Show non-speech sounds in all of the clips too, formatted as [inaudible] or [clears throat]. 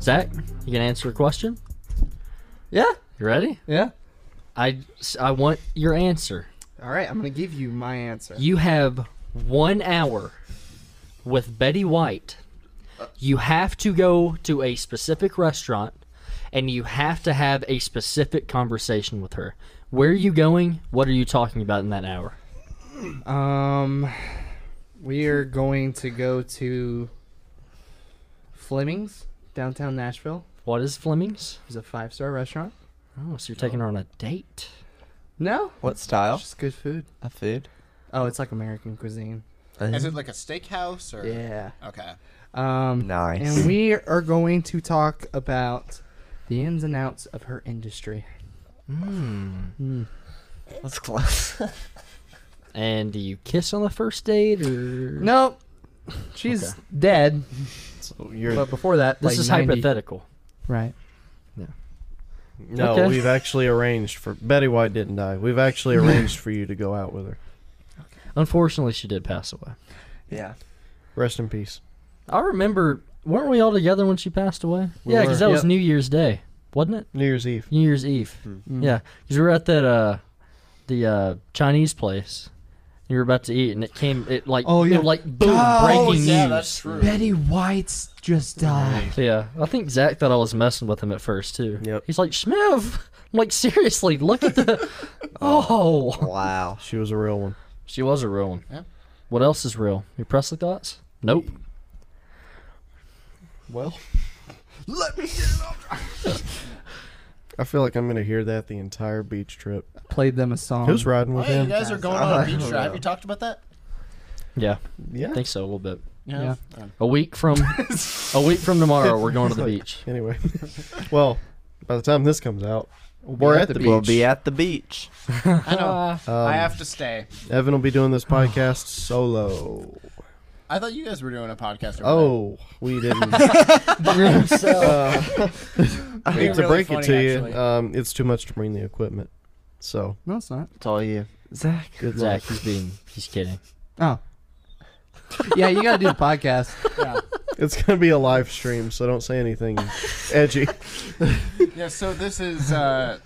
Zach, you can answer a question. Yeah. You ready? Yeah. I I want your answer. All right, I'm going to give you my answer. You have one hour with Betty White. You have to go to a specific restaurant and you have to have a specific conversation with her. Where are you going? What are you talking about in that hour? Um, we are going to go to Fleming's downtown Nashville. What is Fleming's? It's a five star restaurant. Oh, so you're taking her on a date. No, What style it's just good food. of food? Oh, it's like American cuisine. Is it like a steakhouse or? Yeah. Okay. Um, Nice. and we are going to talk about the ins and outs of her industry. Hmm. That's close. And do you kiss on the first date or Nope. She's dead, [laughs] so you're but before that, This like is 90 hypothetical. Right. No, Okay. we've actually arranged for Betty White didn't die. We've actually arranged for you to go out with her. Unfortunately, she did pass away. yeah. Rest in peace. I remember, weren't we all together when she passed away? We yeah, because were. that was Yep. New Year's Day, wasn't it? New Year's Eve. New Year's Eve. Yeah, because we were at that uh, the uh, Chinese place. You were about to eat, and it came. It like Oh, it, yeah. like boom, breaking oh yeah, news. that's true. Betty White's just died. Yeah, I think Zach thought I was messing with him at first too. Yep. He's like Schmev. I'm like seriously, look at the. oh, Wow. She was a real one. she was a real one. Yeah. What else is real? Your Presley thoughts? Nope. Well, Let me get it off. I feel like I'm gonna hear that the entire beach trip. Played them a song. Who's riding with Um, Hey, you him? guys are going on a I beach don't trip. Have know. [laughs] you talked about that? Yeah, Yeah. I think so a little bit. Yeah. Yeah. A week from a week from tomorrow, we're going to the Like- [laughs] beach. Anyway, well, by the time this comes out, we're at at the the We'll beach. be at the beach. I know. Um, Oh. I have to stay. Evan will be doing this podcast solo. I thought you guys were doing a podcast. over Oh, we [laughs] didn't. there. I It'd be hate to really break funny, it to you. actually. Um, it's too much to bring the equipment. So No, it's not. It's all you, Zach. good Zach, luck. he's being he's kidding. Oh. yeah, you gotta do the podcast. yeah. It's gonna be a live stream, so don't say anything edgy. yeah. So this is. Uh,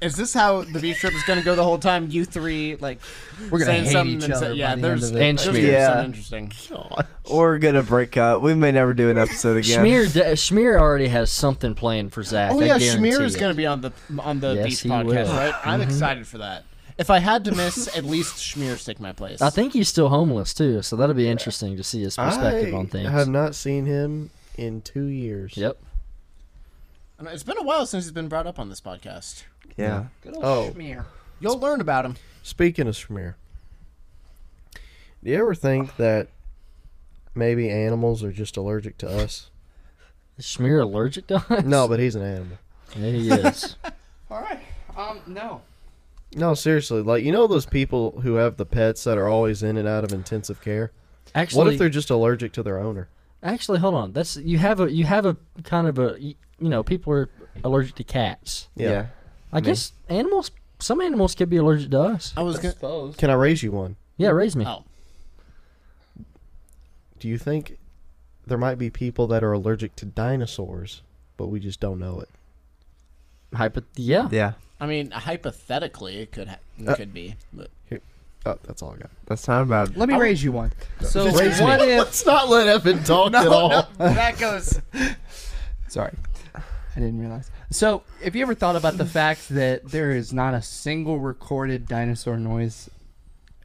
is this how the beach trip is going to go the whole time? You three, like, We're gonna saying hate something each and other. say- yeah, yeah, by the end there's of it. And there's Schmear. Yeah. something interesting. We're gonna break up. We may never do an episode again. Schmear, d- Schmear already has something planned for Zach. Oh I yeah, guarantee Schmear is it. going to be on the on the Yes, beach he podcast, will. right? I'm excited for that. If I had to miss, at least Schmear stick my place. I think he's still homeless too, so that'll be interesting to see his perspective I on things. have not seen him in two years. Yep. I mean, it's been a while since he's been brought up on this podcast. yeah. Oh, You'll learn about him. speaking of Schmear, do you ever think that maybe animals are just allergic to us? Is Schmear allergic to us? No, but he's an animal. [laughs] Yeah, [laughs] he is. All right. Um, no. No, seriously, like you know those people who have the pets that are always in and out of intensive care. Actually, What if they're just allergic to their owner? actually hold on. That's you have a you have a kind of a you know people are allergic to cats. Yeah. I guess animals. Some animals could be allergic to us. I was going. Suppose. Can I raise you one? Yeah, raise me. Oh, Do you think there might be people that are allergic to dinosaurs, but we just don't know it? Hypo- yeah. Yeah. I mean, hypothetically, it could ha- it could be. But. Oh, that's all I got. That's not about. Let me raise you one. So Raise what me. if? [laughs] Let's not let Evan talk at all. that goes. Sorry, I didn't realize. So, have you ever thought about the fact that there is not a single recorded dinosaur noise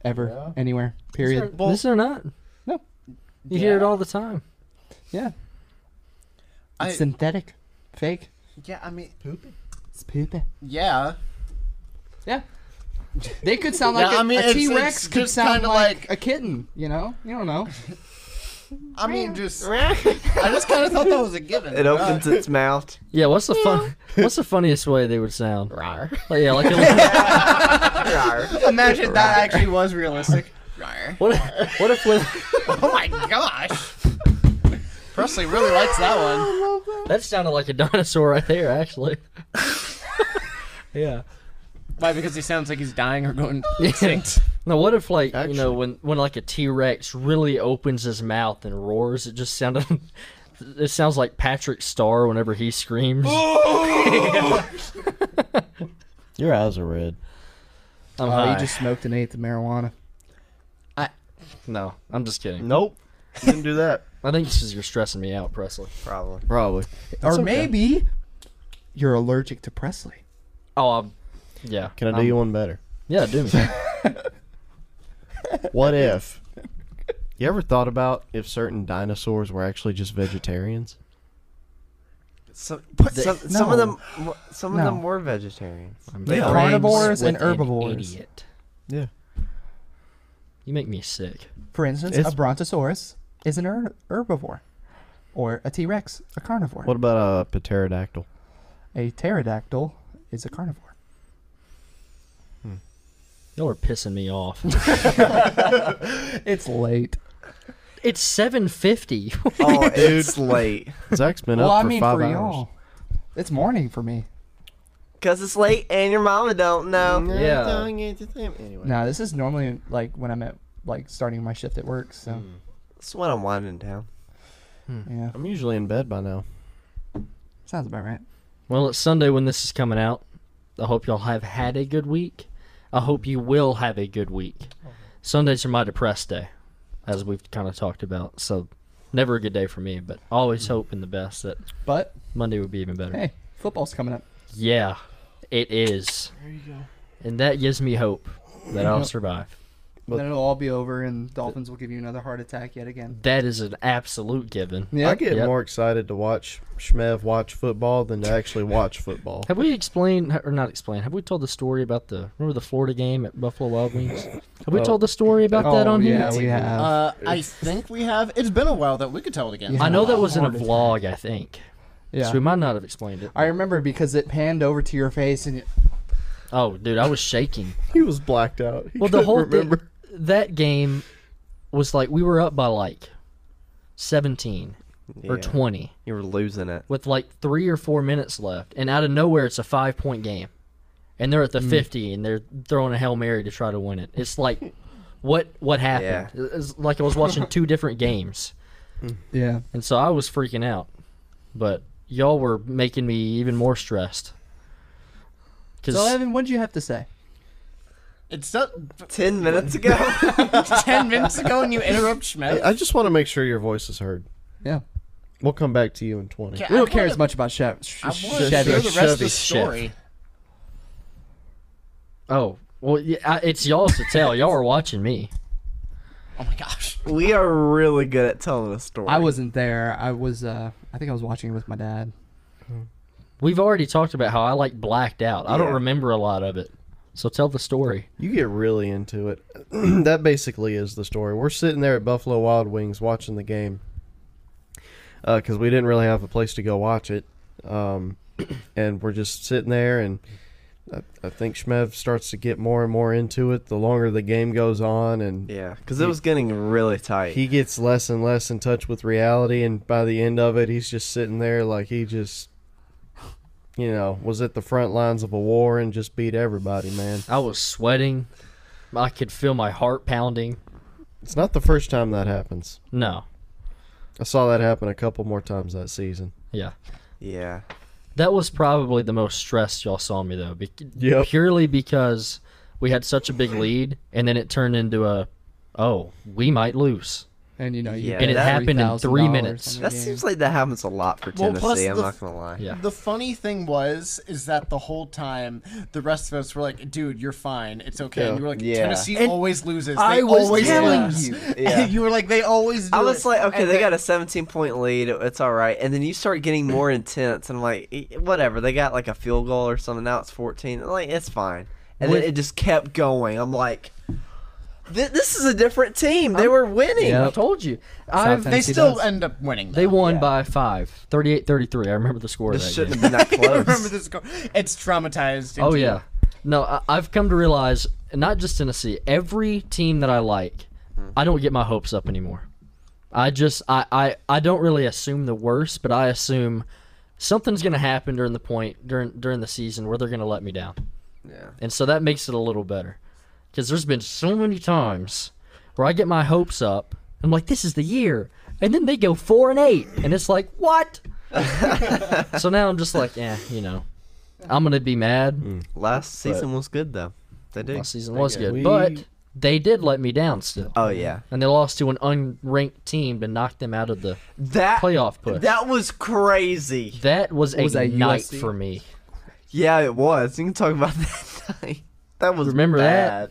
ever anywhere? Period. Well, Is there not? No. You hear it Yeah. all the time. Yeah. I- It's synthetic, fake. yeah, I mean, It's poopy. yeah. Yeah. They could sound like Yeah, a- I mean, a it's- T Rex it's could just sound kinda like, like- a kitten. You know, you don't know. I [laughs] mean, just I just kind of thought that was a given. It opens its mouth. Yeah. What's the fun? [laughs] What's the funniest way they would sound? Like, yeah, like a, Imagine that actually [laughs] was realistic. oh what? If, what if with Oh my gosh. Presley really likes that one. that sounded like a dinosaur right there? Actually. yeah. Why? Because he sounds like he's dying or [laughs] going Yeah. extinct. Now, what if like you know Actually- when when like a T Rex really opens his mouth and roars? It just sounded. It sounds like Patrick Starr whenever he screams. Your eyes are red. I'm Oh, high. you just smoked an eighth of marijuana. No, I'm just kidding. Nope. Didn't do that. I think this is you're stressing me out, Presley. Probably. Probably. or okay. maybe you're allergic to Presley. Oh, I'm, yeah. Can I do I'm- you Um, one better? Yeah, do me. [laughs] What if? You ever thought about if certain dinosaurs were actually just vegetarians? So, but They- some, some of No. them, some of No. them were vegetarians. I'm They friends Carnivores and with an herbivores. idiot. Yeah. You make me sick. For instance, It's- a brontosaurus is an her- herbivore, or a T Rex, a carnivore. What about a pterodactyl? A pterodactyl is a carnivore. Y'all are pissing me off. [laughs] [laughs] It's late. it's 750. Oh, it's late. Zach's been well, up I for mean, five for hours. y'all, it's morning for me. Cause it's late and your mama don't know. Yeah. Anyway. Now, this is normally like when I'm at like starting my shift at work. So That's what I'm winding down. yeah, I'm usually in bed by now. sounds about right. [laughs] well, it's Sunday when this is coming out. I hope y'all have had a good week. I hope you will have a good week. Sundays are my depressed day, as we've kind of talked about. So, never a good day for me, but always hope in the best that But Monday would be even Hmm. better. hey, football's coming up. Yeah, it is. There you go. And that gives me hope that I'll Yep. survive. But- then it'll all be over, and Dolphins will give you another heart attack yet again. That is an absolute given. Yeah, I get Yep. more excited to watch Shmev watch football than to actually watch football. Have we explained or not explained? Have we told the story about the remember the Florida game at Buffalo Wild Wings? Have we Oh. told the story about that Oh, on yeah, here? we have. Uh, I think we have. It's been a while that we could tell it again. Yeah. I know that Oh, was in a Florida. vlog, I think. yeah. So we might not have explained it. I remember because it panned over to your face, and it, Oh, dude, I was shaking. [laughs] He was blacked out. He Well, the couldn't whole remember. thing that game was like we were up by like 17 or Yeah. 20 You were losing it. with like 3 or 4 minutes left and out of nowhere it's a 5 point game. And they're at the 50 and they're throwing a Hail Mary to try to win it. It's like [laughs] what what happened? It's like I was watching two different games. yeah, And so I was freaking out. But y'all were making me even more stressed. Cause, So Evan, what did you have to say? It's not- Ten [laughs] minutes ago. [laughs] ten minutes ago, and you interrupt Schmidt. Hey, I just want to make sure your voice is heard. Yeah, We'll come back to you in 20. Okay, we I don't care wanna- as much about Chef. Sh- I want sh- to hear Chevy. the rest of Chevy the Chef. story. oh, well, yeah, I- it's y'all's to tell. y'all are watching me. Oh my gosh. we are really good at telling a story. I wasn't there. I was. Uh, I think I was watching it with my dad. We've already talked about how I like blacked out. I don't Yeah. remember a lot of it. So tell the story. You get really into it. [clears throat] that basically is the story. We're sitting there at Buffalo Wild Wings watching the game because we didn't really have a place to go watch it, um, [clears throat] and we're just sitting there. And I, I think Shmev starts to get more and more into it the longer the game goes on, and Yeah, because it was getting really tight. he gets less and less in touch with reality. And by the end of it, he's just sitting there like he just. You know, was at the front lines of a war and just beat everybody, man. I was sweating. I could feel my heart pounding. It's not the first time that happens. No. I saw that happen a couple more times that season. Yeah. yeah. That was probably the most stressed y'all saw me though, be- Yep. purely because we had such a big lead, and then it turned into a, oh, we might lose. And you know, you Yeah, paid and it happened in three $3,000 on minutes. the That game. seems like that happens a lot for Well, Tennessee. plus I'm the- not gonna lie. Yeah. The funny thing was, is that the whole time the rest of us were like, "Dude, you're fine. It's okay." And you were like, Yeah. "Tennessee And always loses. They I was always telling lose." you. [laughs] And Yeah. you were like, "They always." Do I was it." like, okay, And they then- got a 17 point lead. It's all right. And then you start getting more intense. And I'm like, eh, whatever. They got like a field goal or something. Now it's 14. I'm like, it's fine. And With- then it just kept going. I'm like, th- this is a different team. They were winning. I told you. I've- [laughs] They Tennessee still does. end up winning. They though. won by five, 38-33. I remember the score. Of This that game. shouldn't have been that [laughs] I close. remember this. Go- it's traumatized. Oh into you. [laughs] yeah. No, I, I've come to realize not just Tennessee. Every team that I like, Mm-hmm. I don't get my hopes up anymore. I just I, I I don't really assume the worst, but I assume something's gonna happen during the point during during the season where they're gonna let me down. Yeah. And so that makes it a little better. Because there's been so many times where I get my hopes up. I'm like, this is the year. And then they go four and eight. And it's like, [laughs] what? so now I'm just like, yeah, you know, I'm going to be mad. Last season was good though. They did. Last season was good. We- But they did let me down still. Oh yeah. And they lost to an unranked team to knock them out of the. That Playoff push. That was crazy. That was a Was that night USC? for me. Yeah, it was. You can talk about [laughs] that night. That was Remember that? bad.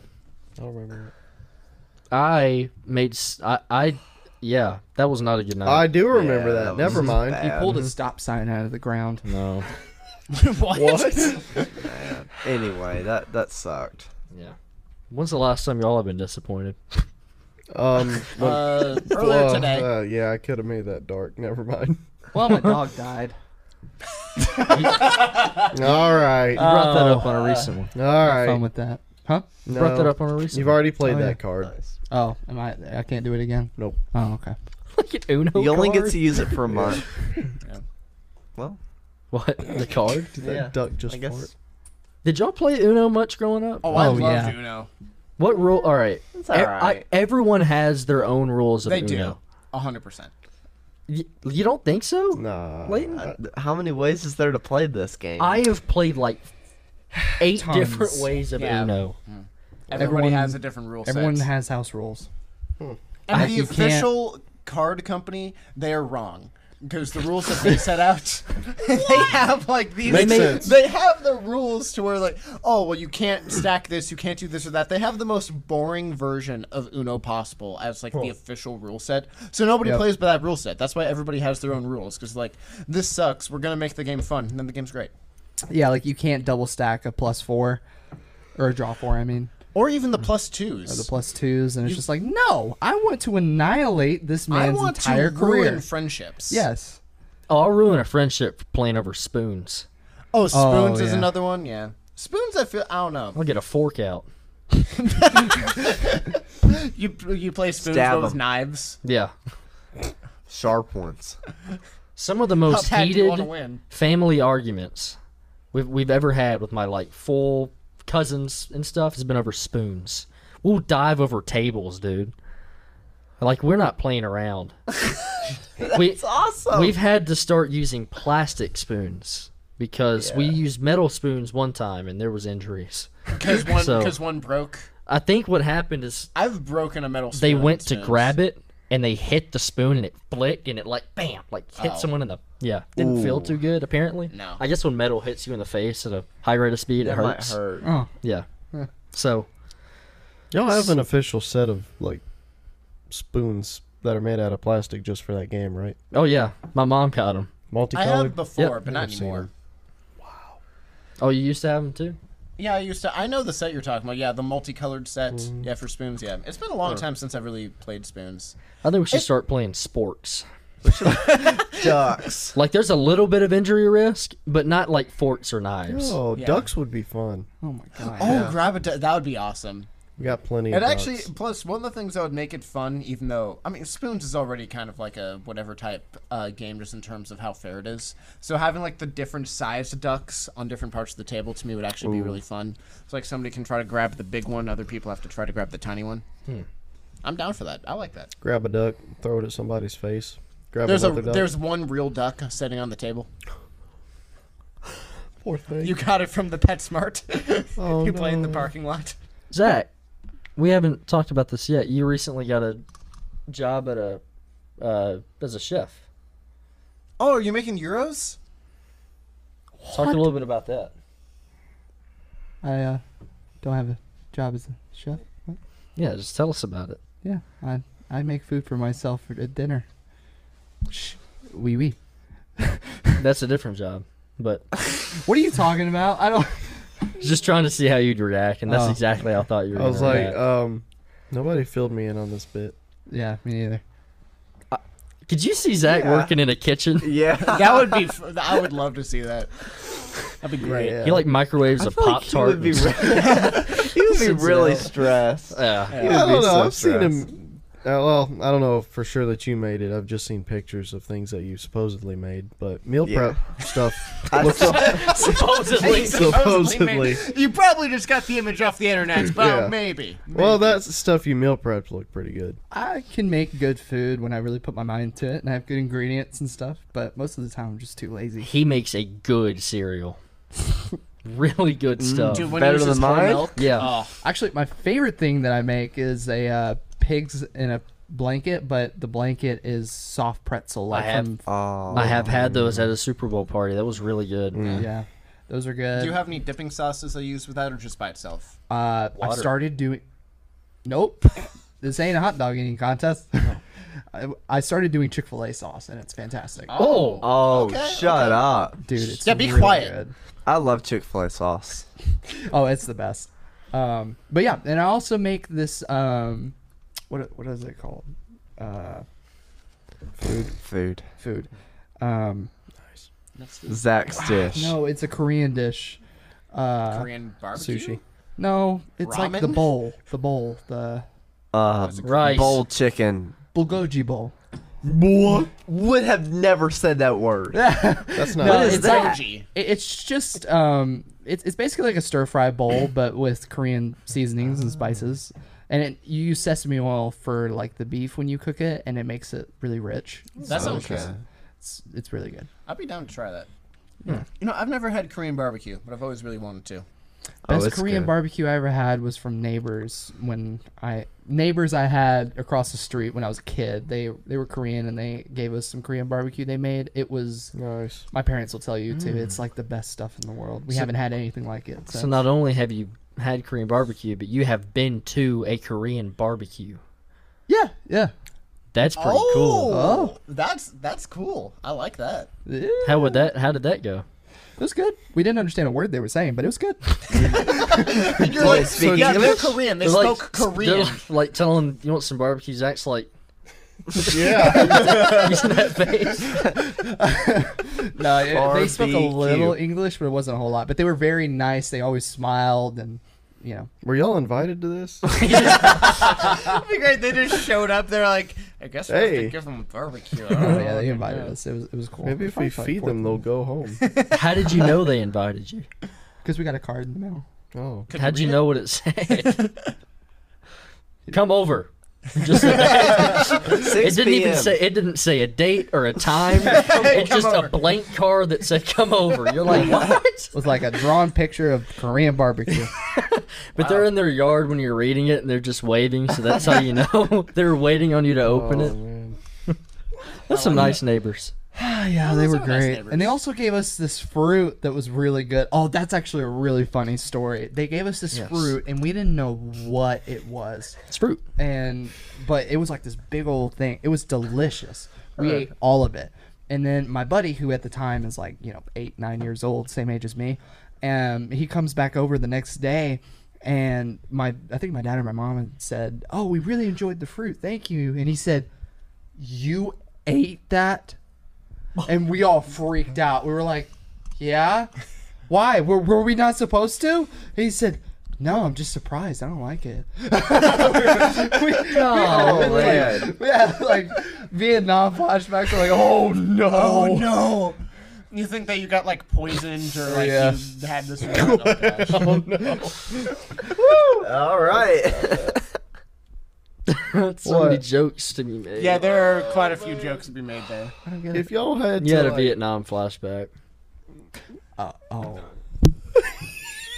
I don't remember. I made. s- I. I- yeah, that was not a good night. I do Uh, remember Yeah, that. that was [laughs] Never mind. bad. He pulled a stop sign out of the ground. no. What? Anyway, that that sucked. Yeah. When's the last time y'all have been disappointed? um, when- Uh, [laughs] earlier uh, today. uh, yeah, I could have made that dark. [laughs] Never mind. [laughs] Well, [laughs] my dog died. All right. You brought that up on a recent one. All Fun right. with that, huh? You brought that No. up on a recent. You've one. already played Oh, yeah. that card. Uh, Oh, am I? I can't do it again. Nope. Oh, okay. [laughs] Look at Uno. You only get card. to use it for a month. [laughs] what the card? Did that Yeah, duck just I guess. fart? Did y'all play Uno much growing up? Oh, I Oh, love yeah. Uno. What rule? All right. It's E- I- alright. everyone has their own rules of They do. Uno. hundred percent. Y- you don't think so? Nah. Leighton? I- How many ways is there to play this game? I have played like eight Tons. different ways of Yeah. Uno. Everybody Everyone- has a different rule set. Everyone has house rules. and I- the you can't- official card company, they are wrong. Because the rules that they set out, [laughs] they have like these. Makes they, sense. they have the rules to where like, oh well, you can't stack this, you can't do this or that. They have the most boring version of Uno possible as like the official rule set. So nobody Yep. plays by that rule set. That's why everybody has their own rules. Because like, this sucks. We're gonna make the game fun, and then the game's great. Yeah, like you can't double stack a plus four or a draw four. I mean, Or even the plus or twos. the plus twos, and it's just like, no, I want to annihilate this I man's want entire to career. ruin friendships. yes. Oh, I'll ruin a friendship for playing over spoons. Oh, spoons is yeah. another one. Yeah. Spoons, I feel. I don't know. I'll get a fork out. You you play spoons Stab but with 'em. knives. Yeah. Sharp ones. Some of the most How bad do you heated wanna win? family arguments we've, we've ever had with my like full cousins and stuff has been over spoons. We'll dive over tables, dude. Like we're not playing [laughs] around. we, Awesome. We've had to start using plastic spoons because we used metal spoons one time and there was injuries. Because one, So- because one broke. I think what happened is I've broken a metal spoon. they went to grab it and they hit the spoon and it flicked and it like bam like hit Ow. someone in the yeah didn't feel Oh. Ooh. too good apparently No. i guess when metal hits you in the face at a high rate of speed it that might hurts hurt. Oh, yeah so Y'all have an official set of like spoons that are made out of plastic just for that game, right? oh yeah my mom got them I Multicolored. have before, Yep. but not I've seen anymore. them. oh you used to have them too Yeah, I used to. I know the set you're talking about. Yeah, the multicolored set. Yeah, for spoons. Yeah, it's been a long time since I've really played spoons. i think we should start playing sporks Ducks. like there's a little bit of injury risk but not like forks or knives [laughs] Oh, Yeah. ducks would be fun. oh my god. Oh, grab it! That would be awesome. We got plenty. And of actually, ducks. plus one of the things that would make it fun, even though I mean, spoons is already kind of like a whatever type uh, game, just in terms of how fair it is. So having like the different sized ducks on different parts of the table to me would actually be really fun. So like somebody can try to grab the big one, other people have to try to grab the tiny one. Hmm. I'm down for that. I like that. grab a duck, throw it at somebody's face. Grab There's a another duck. there's one real duck sitting on the table. poor thing. You got it from the PetSmart. [laughs] Oh, you play in the no. parking lot. zach we haven't talked about this yet you recently got a job at a uh, as a chef Oh, are you making euros? talk a little bit about that I uh, don't have a job as a chef. What? yeah just tell us about it Yeah, I I make food for myself for at dinner. Shh, wee wee. That's a different job. But [laughs] What are you talking about? I don't. [laughs] just trying to see how you'd react, and that's Oh. exactly how I thought you were. I was gonna like, react. um, nobody filled me in on this bit. Yeah, me neither. could you see Zach yeah. working in a kitchen? [laughs] Yeah. That would be. F- I would love to see that. That'd be great. Yeah. He like microwaves a pop He would [laughs] tart. [laughs] be, re- he would be Sits it really out. stressed. yeah. He would I be don't know. so I've seen stressed. him Uh, well, I don't know for sure that you made it. I've just seen pictures of things that you supposedly made, but meal Yeah. prep stuff. I looks saw- [laughs] Supposedly. supposedly. You probably just got the image off the internet, but Yeah. maybe. Well, that's stuff you meal prepped looked pretty good. I can make good food when I really put my mind to it and I have good ingredients and stuff, but most of the time I'm just too lazy. he makes a good cereal. [laughs] really good stuff. Dude, when Better he uses than whole mine? milk, Yeah. oh, Actually, my favorite thing that I make is a uh, pigs in a blanket, but the blanket is soft pretzel. Like have- from, Oh, I have had those at a Super Bowl party. That was really good. [laughs] yeah, those are good. do you have any dipping sauces I use with that, or just by itself? Uh, I Water. started doing. Nope, [laughs] this ain't a hot dog eating contest. [laughs] I, I started doing Chick Fil A sauce, and it's fantastic, Oh, Oh, Okay, shut okay. up. dude. It's Yeah, be really quiet. good. I love Chick fil A sauce. Oh, it's the best. Um, but yeah, and I also make this. Um, what what is it called? Uh, Food. Food. food. Um, Zach's dish. no, it's a Korean dish. Uh, Korean barbecue. sushi. No, it's like the Ramen? bowl. The bowl. The Uh, rice. bowl chicken. bulgogi bowl. Boy. Would have never said that word. That's not. No, [laughs] is it's that? like Goji. It- It's just um, it's it's basically like a stir fry bowl, [clears throat] but with Korean seasonings and spices. And it, you use sesame oil for like the beef when you cook it, and it makes it really rich. That sounds Okay. good. It's it's really good. I'd be down to try that. You know, I've never had Korean barbecue, but I've always really wanted to. Oh, Best it's Korean good. barbecue I ever had was from neighbors when I neighbors I had across the street when I was a kid. They they were Korean and they gave us some Korean barbecue they made. It was Nice. my parents will tell you Mm. too. It's like the best stuff in the world. We haven't had anything like it. so since. not only have you had Korean barbecue, but you have been to a Korean barbecue. yeah, yeah. That's pretty cool. Oh. that's that's cool. I like that. Yeah. How would that? How did that go? It was good. We didn't understand a word they were saying, but it was [laughs] good. You're Wait, like, speaking yeah, they're English? Korean. They They're spoke they're Korean. Like, like telling you want some barbecue. Zach's like [laughs] [laughs] Yeah. using that face. no, it, they spoke a RBQ. little English, but it wasn't a whole lot. But they were very nice. They always smiled and you know. Were y'all invited to this? That'd be great. [laughs] They just showed up. They're like, I guess we have Hey. to give them barbecue. [laughs] Oh, yeah, [laughs] they invited us. It was it was cool. Maybe if we feed them, they'll go home. How did you know they invited you? because we got a card in the mail. Oh. Could How'd you read know what it said? [laughs] Come over. Just it 6 didn't even p.m.. say it didn't say a date or a [laughs] time. It's just over. a blank card that said "Come over." You're [laughs] like, what? It was like a drawn picture of Korean barbecue. But they're in their yard when you're reading it, and they're just waving. So that's how you know [laughs] they're waiting on you to open Oh, it. man. That's some nice neighbors. Ah, yeah, they those were are nice great. neighbors. and they also gave us this fruit that was really good. Oh, that's actually a really funny story. They gave us this Yes. fruit and we didn't know what it was. It's fruit. [laughs] and but it was like this big old thing. It was delicious. We ate all of it. And then my buddy, who at the time is like you know eight nine years old, same age as me, um, he comes back over the next day, and my I think my dad or my mom had said, "Oh, we really enjoyed the fruit, thank you." And he said, "You ate that?" And we all freaked out. We were like, "Yeah." Why? Were, were we not supposed to? He said, No, I'm just surprised. I don't like it. [laughs] we, Oh, we, had, like, we had like Vietnam flashbacks. We're like, oh no. Oh no! You think that you got like poisoned or like Yeah. you had this? oh, gosh. All right. so many [laughs] What? jokes to be made. [laughs] yeah, there are quite a few jokes to be made there. I don't get it. If y'all had, You to, had a like- Vietnam flashback. Uh, oh. [laughs]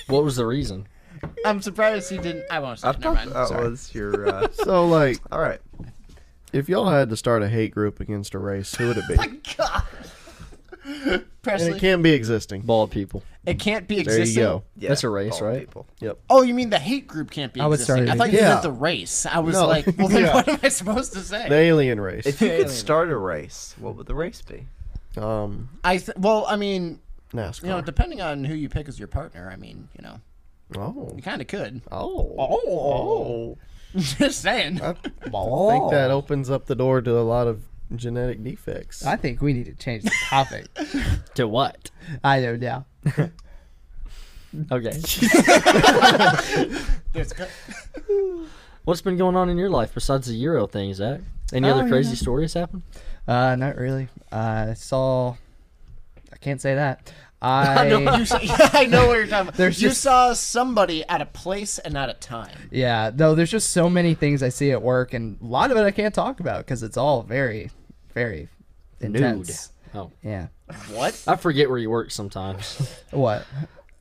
What was the reason? I'm surprised he didn't. I won't say. I it, Never thought mind. that was your. Uh, So like, all right. if y'all had to start a hate group against a race, who would it be? God. [laughs] and it Oh Presley, can't be existing. Bald people. it can't be There existing. you go. Yeah, That's a race, bald right? People. Oh, you mean the hate group can't be I would existing? start I it. thought you Yeah. meant the race. I was No. like, well, [laughs] then Yeah. what am I supposed to say? The alien race. If you could start a race, what would the race be? um, I th- well, I mean, NASCAR. you know, depending on who you pick as your partner, I mean, you know, oh. you kind of could. [laughs] Oh. Oh. Just saying. I think that opens up the door to a lot of genetic defects. I think we need to change the topic. To what? I don't know. Okay. [laughs] There's go- What's been going on in your life besides the Euro thing, Zach? Any Oh, other you crazy know. stories happen? Uh, not really. I saw. I can't say that. [laughs] [laughs] You I saw, yeah, [laughs] I know what you're talking about. There's you just- saw somebody at a place and not a time. yeah. No, there's just so many things I see at work, and a lot of it I can't talk about because it's all very, very intense. Nude. Oh, Yeah. What? I forget where you work sometimes. [laughs] What?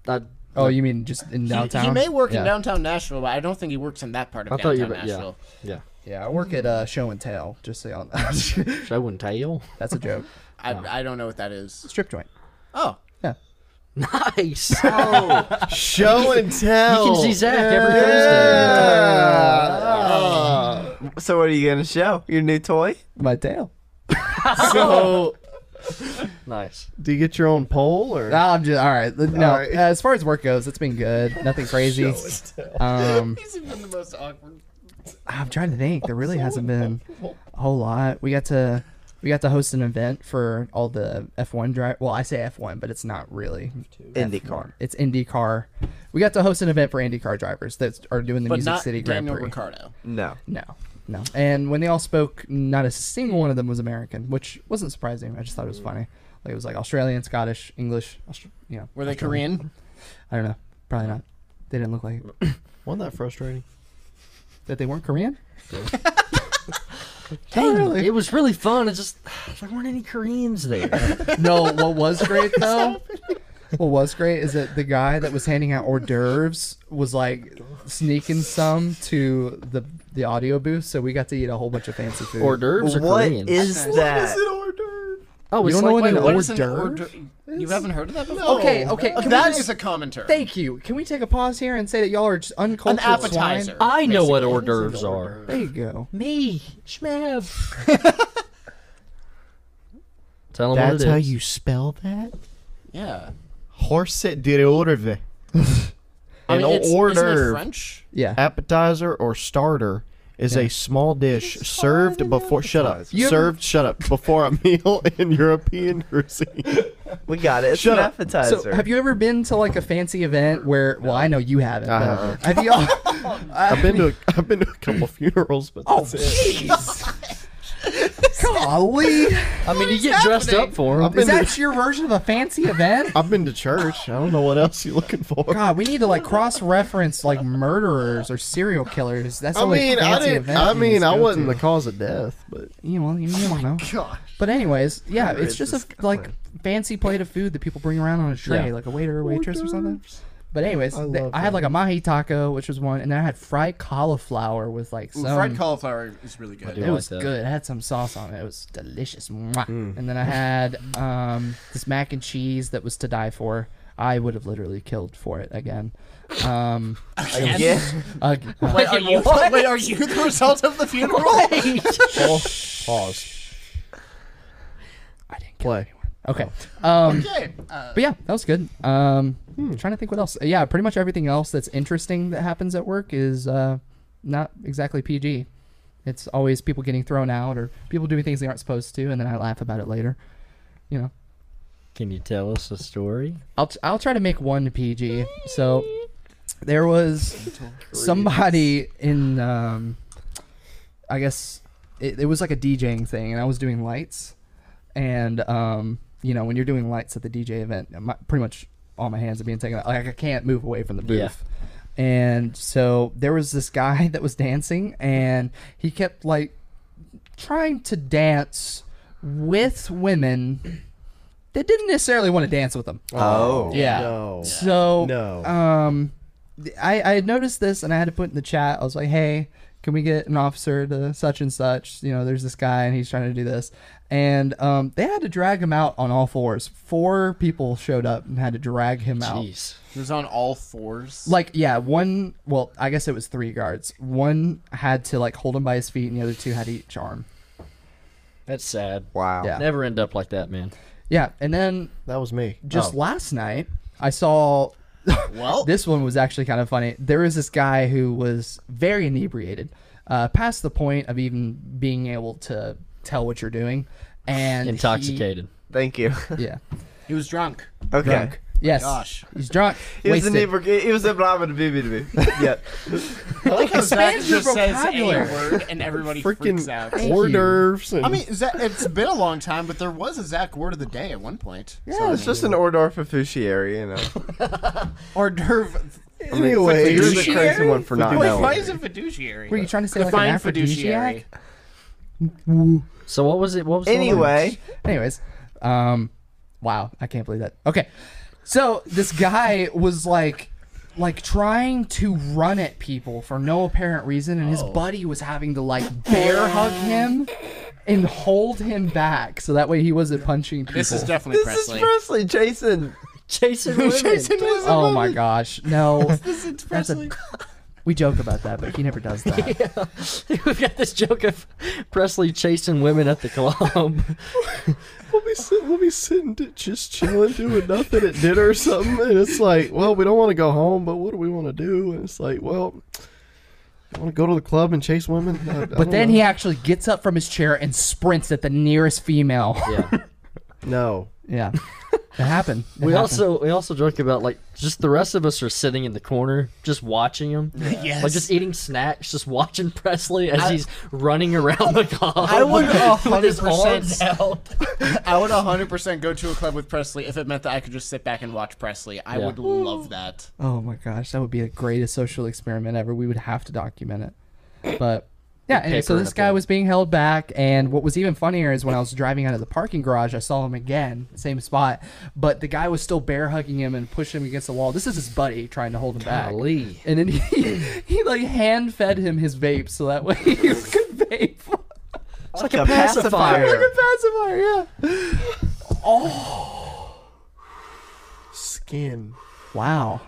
I, Oh, you mean just in He- downtown? He, may work Yeah. in downtown Nashville, but I don't think he works in that part of I thought you downtown were, yeah, Nashville. yeah. Yeah, I work at uh, Show and Tell. Just so y'all know. [laughs] Show and [laughs] tail. That's a joke. I, I don't know what that is. Strip joint. Oh, Yeah. Nice. Show and tell. You can see Zach every Ah. So what are you gonna show? Your new toy? My tail. So, Thursday. [laughs] Nice. do you get your own poll or? No, I'm just all right. No, All right. uh, as far as work goes, it's been good. [laughs] Nothing crazy. Um, he's even the most awkward. I'm trying to think. There really hasn't been a whole lot. We got to we got to host an event for all the F1 drive. Well, I say F1, but it's not really IndyCar. It's IndyCar. We got to host an event for IndyCar drivers that are doing the But Music not City Grand Daniel Prix. Ricardo. No. No, no. And when they all spoke, not a single one of them was American, which wasn't surprising. I just thought it was funny. Like it was like Australian, Scottish, English. Aust- you know, Were they Australian. Korean? I don't know. Probably not. They didn't look [laughs] like it. Wasn't that frustrating? that. They weren't Korean. Dang, really? it was really fun. It's just [sighs] there weren't any Koreans there. No, what was [laughs] great though, what was great is that the guy that was handing out hors d'oeuvres was like sneaking some to the the audio booth, so we got to eat a whole bunch of fancy food. hors d'oeuvres are What Korean. is that? oh, you it's like don't know what an Wait, what hors is an hors d'oeuvre? d'oeuvre? You haven't heard of that before? Okay, okay. Oh, can we that just- is a commenter. Thank you. Can we take a pause here and say that y'all are just An uncultured appetizer. swine? I know what hors d'oeuvres are. There you go. Me, Schmav. [laughs] Tell him what it is. spell that. Yeah. Horset d'oeuvre. I An mean, it's, hors isn't it d'oeuvre. French? Yeah. appetizer or starter is a small dish served before shut up You ever- served shut up before a meal [laughs] in European cuisine. We got it. It's Shut an up. appetizer. So, have you ever been to like a fancy event where? Well, I know you haven't. I but haven't. have [laughs] y'all? [laughs] I've been to a, I've been to a [laughs] couple funerals, but that's it. Golly, I mean, you get dressed up for him. I've been, is to, that your version of a fancy event? I've been to church. I don't know what else you're looking for. God, we need to like cross-reference like murderers or serial killers. That's the I only mean, I fancy didn't. event. I you mean, just I go wasn't to. the cause of death, but You know, you don't know. Gosh. But anyways, yeah, it's just a this like fancy plate of food that people bring around on a tray, Yeah. like a waiter or waitress or something. But anyways, th- I, love had that. like a mahi taco, which was one, and then I had fried cauliflower with like some. Ooh, fried cauliflower is really good. do It like was that. good. It had some sauce on it. It was delicious. Mwah. And then I had um, this mac and cheese that was to die for. I would have literally killed for it again. Um, yeah. uh, Wait, [laughs] are you, wait, are you the result of the [laughs] funeral? Pause. Pause. I didn't kill. Play. Okay. Um, Okay. Uh, But yeah, that was good. Um, Trying to think what else. Yeah, pretty much everything else that's interesting that happens at work is uh, not exactly PG. It's always people getting thrown out or people doing things they aren't supposed to, and then I laugh about it later. You know, Can you tell us a story? I'll t- I'll try to make one PG. So there was somebody in um, I guess it, it was like a DJing thing, and I was doing lights, and um, you know when you're doing lights at the DJ event, uh, my, pretty much all my hands are being taken out. Like I can't move away from the booth. Yeah. And so there was this guy [laughs] that was dancing, and he kept like trying to dance with women that didn't necessarily want to dance with him. Oh. Yeah. No. So No. um, th- I I had noticed this and I had to put in the chat. I was like, hey, can we get an officer to such and such? You know, there's this guy and he's trying to do this, and um, they had to drag him out on all fours. Four people showed up and had to drag him out. Jeez. it was on all fours. Like yeah, one. Well, I guess it was three guards. One had to like hold him by his feet, and the other two had each arm. That's sad. Wow. Yeah. Never end up like that, man. Yeah, and then That was me. Oh. just last night I saw [laughs] well, this one was actually kind of funny. There was this guy who was very inebriated, uh, past the point of even being able to tell what you're doing, and he- Intoxicated. Thank you. [laughs] yeah, he was drunk. Okay. drunk. yes. Gosh. He's drunk. It was the wasted. neighbor. It was the Brahmin to be me. [laughs] Yeah. I like how Zach Expand your just says a vocabulary. word and everybody freaks out. freaking hors you. d'oeuvres. And [laughs] I mean, Zach, it's been a long time, but there was a Zach word of the day at one point. Yeah, It's just an hors d'oeuvre fiduciary, you know. [laughs] hors d'oeuvre. anyway, You're the crazy one for not Wait, why knowing. is it fiduciary? Were you trying to say like an Define aphrodisiac? fiduciary. So what was it? What was the one? [laughs] Anyway, Anyways, um, wow, I can't believe that. Okay, so this guy was like, like trying to run at people for no apparent reason, and Oh. his buddy was having to like bear hug him and hold him back so that way he wasn't punching people. This is definitely this Presley. is Presley. [laughs] Jason. [laughs] Jason Lemon. oh my gosh, [laughs] no. It's That's a- Presley. [laughs] we joke about that, but he never [laughs] does that. We've got this joke of Presley chasing women at the club. we'll be sitting, we'll be sitting di- just chilling, doing nothing at dinner or something, and it's like, well, we don't want to go home, but what do we want to do? And it's like, well, I want to go to the club and chase women. I- I But don't then know. he actually gets up from his chair and sprints at the nearest [laughs] female. [laughs] yeah. no. Yeah. It happened. It We happened. also we also joke about like just the rest of us are sitting in the corner just watching him. [laughs] Yes. Like just eating snacks, just watching [laughs] Presley as he's running around the club. I would [laughs] with his 100%. arms out. I would 100% go to a club with Presley if it meant that I could just sit back and watch Presley. I Yeah. would love that. Oh my gosh, that would be the greatest social experiment ever. We would have to document it. But yeah, anyway, so paper and this a guy pen. was being held back, and what was even funnier is when I was driving out of the parking garage, I saw him again, same spot, but the guy was still bear hugging him and pushing him against the wall. This is his buddy trying to hold him back. Golly. And then he, [laughs] he like hand fed him his vape so that way [laughs] he could vape. It's like a [laughs] pacifier. like a pacifier, yeah. Skin. Wow.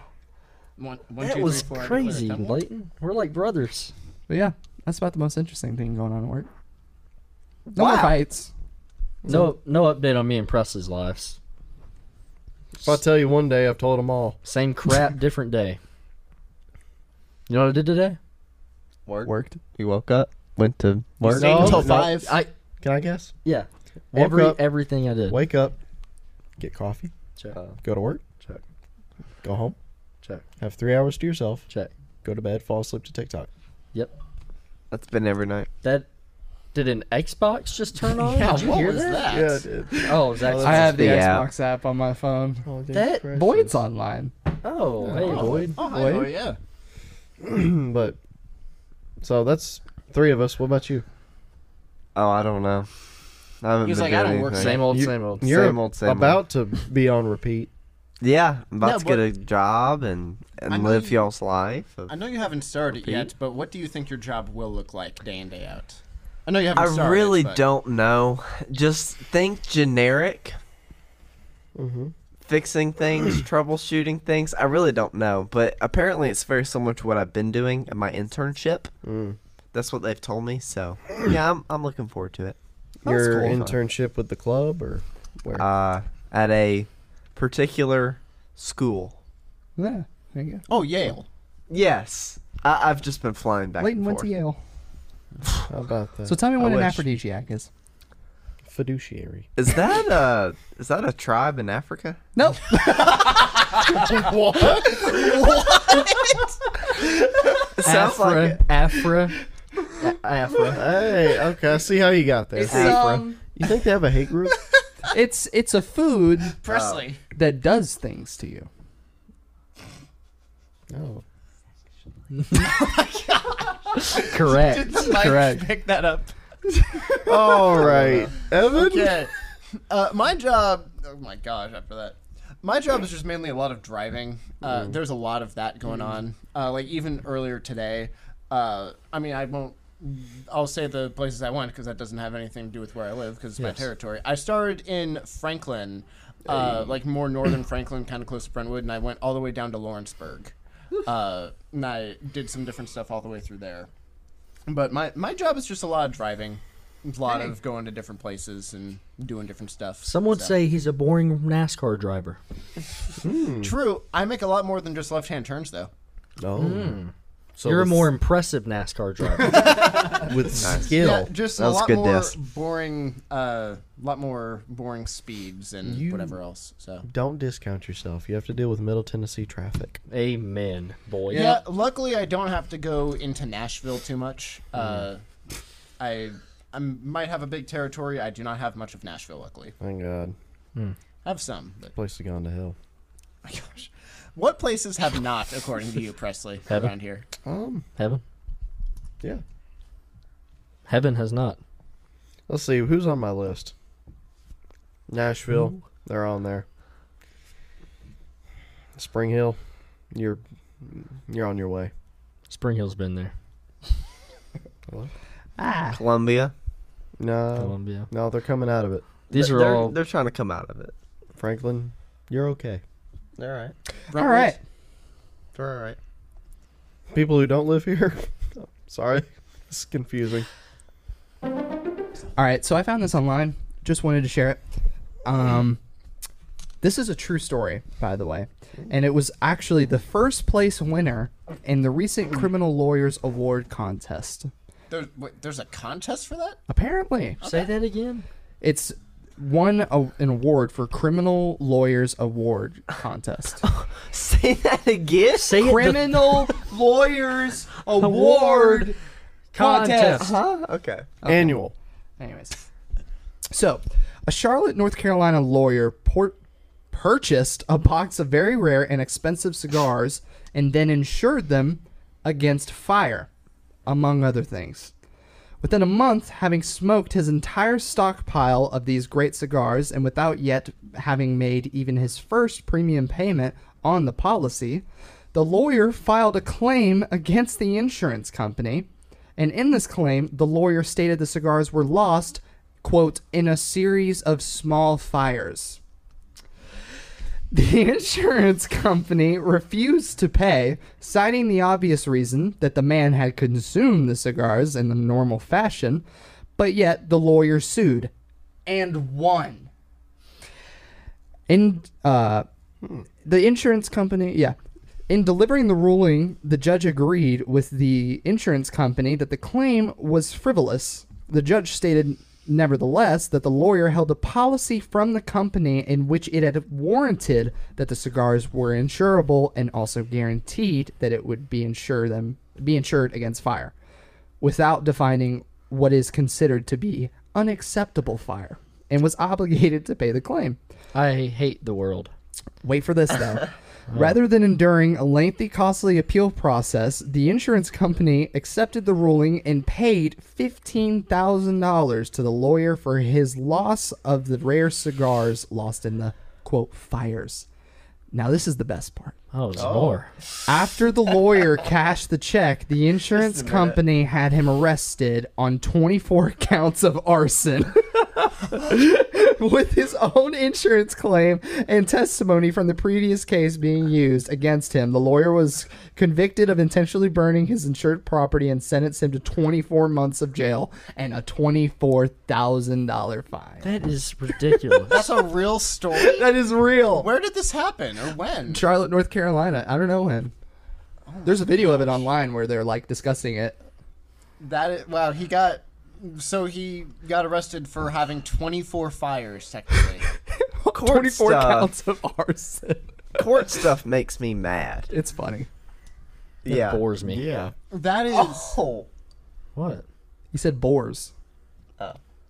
One, one, That two, was three, four, I declare crazy, it done. Layton. We're like brothers. But yeah, that's about the most interesting thing going on at work. No more Wow. fights. No no update on me and Presley's lives. If I tell you one day, I've told them all. Same [laughs] crap, different day. You know what I did today? Worked. You woke up, went to work. Stayed No, until no. five. I Can I guess? yeah. Woke Every up. everything I did. Wake up, get coffee, Check. go to work, Check. go home, Check. have three hours to yourself, Check. go to bed, fall asleep to TikTok. Yep. [laughs] That's been every night. That did an Xbox just [laughs] turn on? Yeah, did you what hear was that? dude. Oh, [laughs] Zach. I have the the app. Xbox app on my phone. That Boyd's online. Oh, hey, Boyd. Oh, hi, Wait. oh, yeah. But so that's three of us. What about you? Oh, I don't know. I haven't He was been like, doing I don't work anything. Same old, You- same old. You're Same old, same old. about to be on repeat. Yeah, I'm about No, to but- get a job and I and know live you- y'all's life. I know you haven't started Repeat. yet, but what do you think your job will look like day in, day out? I know you haven't I started. really but- don't know. Just think generic. Fixing things, [clears throat] troubleshooting things. I really don't know, but apparently it's very similar to what I've been doing in my internship. That's what they've told me. So yeah, I'm I'm looking forward to it. Your cool. internship with the club or where? Uh, at a particular school. Yeah, there you Oh, Yale. Yes, I, I've just been flying go. back. Leighton and went to forth. Yale. How about that? So tell me what an I wish. aphrodisiac is. fiduciary. Is that a is that a tribe in Africa? [laughs] Nope. It sounds like it. [laughs] Afra. A- Afra. [laughs] Hey, okay, I see how you got there. it's, Afro. um, You think they have a hate group? [laughs] it's it's a food Presley. that does things to you. No. [laughs] Correct. [laughs] Mike, Correct. Pick that up. All right, Evan. Okay. [laughs] Uh, my job. Oh my gosh! After that, my job is just mainly a lot of driving. Uh, There's a lot of that going on. Uh, like even earlier today. Uh, I mean, I won't. I'll say the places I went because that doesn't have anything to do with where I live because it's my territory. I started in Franklin, uh, like more northern Franklin, kind of close to Brentwood, and I went all the way down to Lawrenceburg. Uh, and I did some different stuff all the way through there. But my my job is just a lot of driving, a lot of going to different places and doing different stuff. Some would So- say he's a boring NASCAR driver. true. I make a lot more than just left hand turns though. No. So You're a with- more impressive NASCAR [laughs] driver. with Yeah, skill. just That a was lot good more diss. boring, uh, lot more boring speeds and You- whatever else. So Don't discount yourself. You have to deal with Middle Tennessee traffic. Amen, boy. yeah. luckily I don't have to go into Nashville too much. Uh, I I might have a big territory. I do not have much of Nashville. Luckily, Thank God, I have some. But [laughs] oh place to gone to hell. my gosh, what places have not, according to you, Presley, Heaven. around here? Um, Heaven. yeah. Heaven has not. Let's see who's on my list. Nashville, they're on there. Spring Hill, you're you're on your way. Spring Hill's been there. Columbia. No, Columbia. no, they're coming out of it. These Oh. They're- are they're, all. They're trying to come out of it. Franklin, you're okay. All right. All right. They're all right. People who don't live here, [laughs] sorry, [laughs] it's confusing. All right, so I found this online. Just wanted to share it. Um, this is a true story, by the way, and it was actually the first place winner in the recent Criminal Lawyers Award contest. There, wait, there's a contest for that. Apparently, Say that again. it's won a, an award for Criminal Lawyers Award contest. Say that again. Say it. The Criminal Lawyers Award. contest. contest. Uh-huh. Huh? Okay. Annual. Anyways, so a Charlotte, North Carolina lawyer por- purchased a box of very rare and expensive cigars and then insured them against fire, among other things. Within a month, having smoked his entire stockpile of these great cigars and without yet having made even his first premium payment on the policy, the lawyer filed a claim against the insurance company. And in this claim, the lawyer stated the cigars were lost, quote, in a series of small fires. The insurance company refused to pay, citing the obvious reason that the man had consumed the cigars in the normal fashion, but yet the lawyer sued and won. In uh, the insurance company, yeah. In delivering the ruling, the judge agreed with the insurance company that the claim was frivolous. The judge stated, nevertheless, that the lawyer held a policy from the company in which it had warranted that the cigars were insurable and also guaranteed that it would be insure them be insured against fire, without defining what is considered to be unacceptable fire, and was obligated to pay the claim. I hate the world. Wait for this though. Rather than enduring a lengthy, costly appeal process, the insurance company accepted the ruling and paid $15,000 to the lawyer for his loss of the rare cigars lost in the quote fires. Now, this is the best part. Oh, it's more. After the lawyer cashed the check, the insurance company had him arrested on 24 [laughs] counts of arson. [laughs] With his own insurance claim and testimony from the previous case being used against him, the lawyer was convicted of intentionally burning his insured property and sentenced him to 24 months of jail and a $24,000 fine. That is ridiculous. That's a real story. That is real. Where did this happen or when? Charlotte, North Carolina. I don't know when. There's a video of it online where they're like discussing it. That is, wow, he got so he got arrested for having 24 fires technically. Court 24 stuff. counts of arson. Court stuff makes me mad. It's funny. [laughs] yeah. bores me. Yeah. that is Oh. What? He said boars.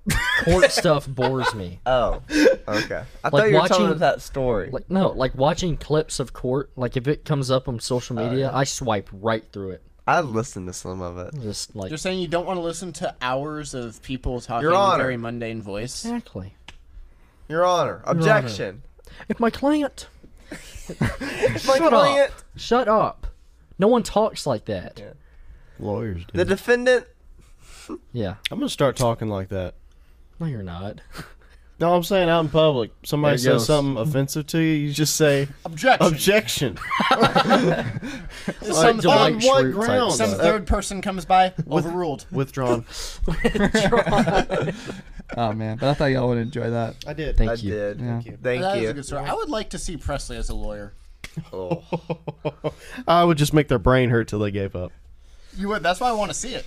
[laughs] Court stuff bores me. Oh. Okay. I thought Like you were watching- telling us that story. Like no, like watching clips of court. Like if it comes up on social Oh, media, I swipe right through it. I listened to some of it. Just like You're saying you don't want to listen to hours of people talking Your in a Honor. very mundane voice? exactly. Your Honor, objection. If my client, My shut client, up, shut up. No one talks like that. Yeah. Lawyers. the Dude. defendant. I'm gonna start talking like that. No, you're not. No, I'm saying out in public. Somebody There it says goes. something offensive to you, you just say Objection. objection. Some, Dwight on Schrute one type ground, some stuff. third person comes [laughs] by, overruled. Withdrawn. Oh man, but I thought y'all would enjoy that. I did. Thank I you. did. Thank you. Thank That is you. a good story. I would like to see Presley as a lawyer. Oh. [laughs] I would just make their brain hurt till they gave up. You would. That's why I want to see it.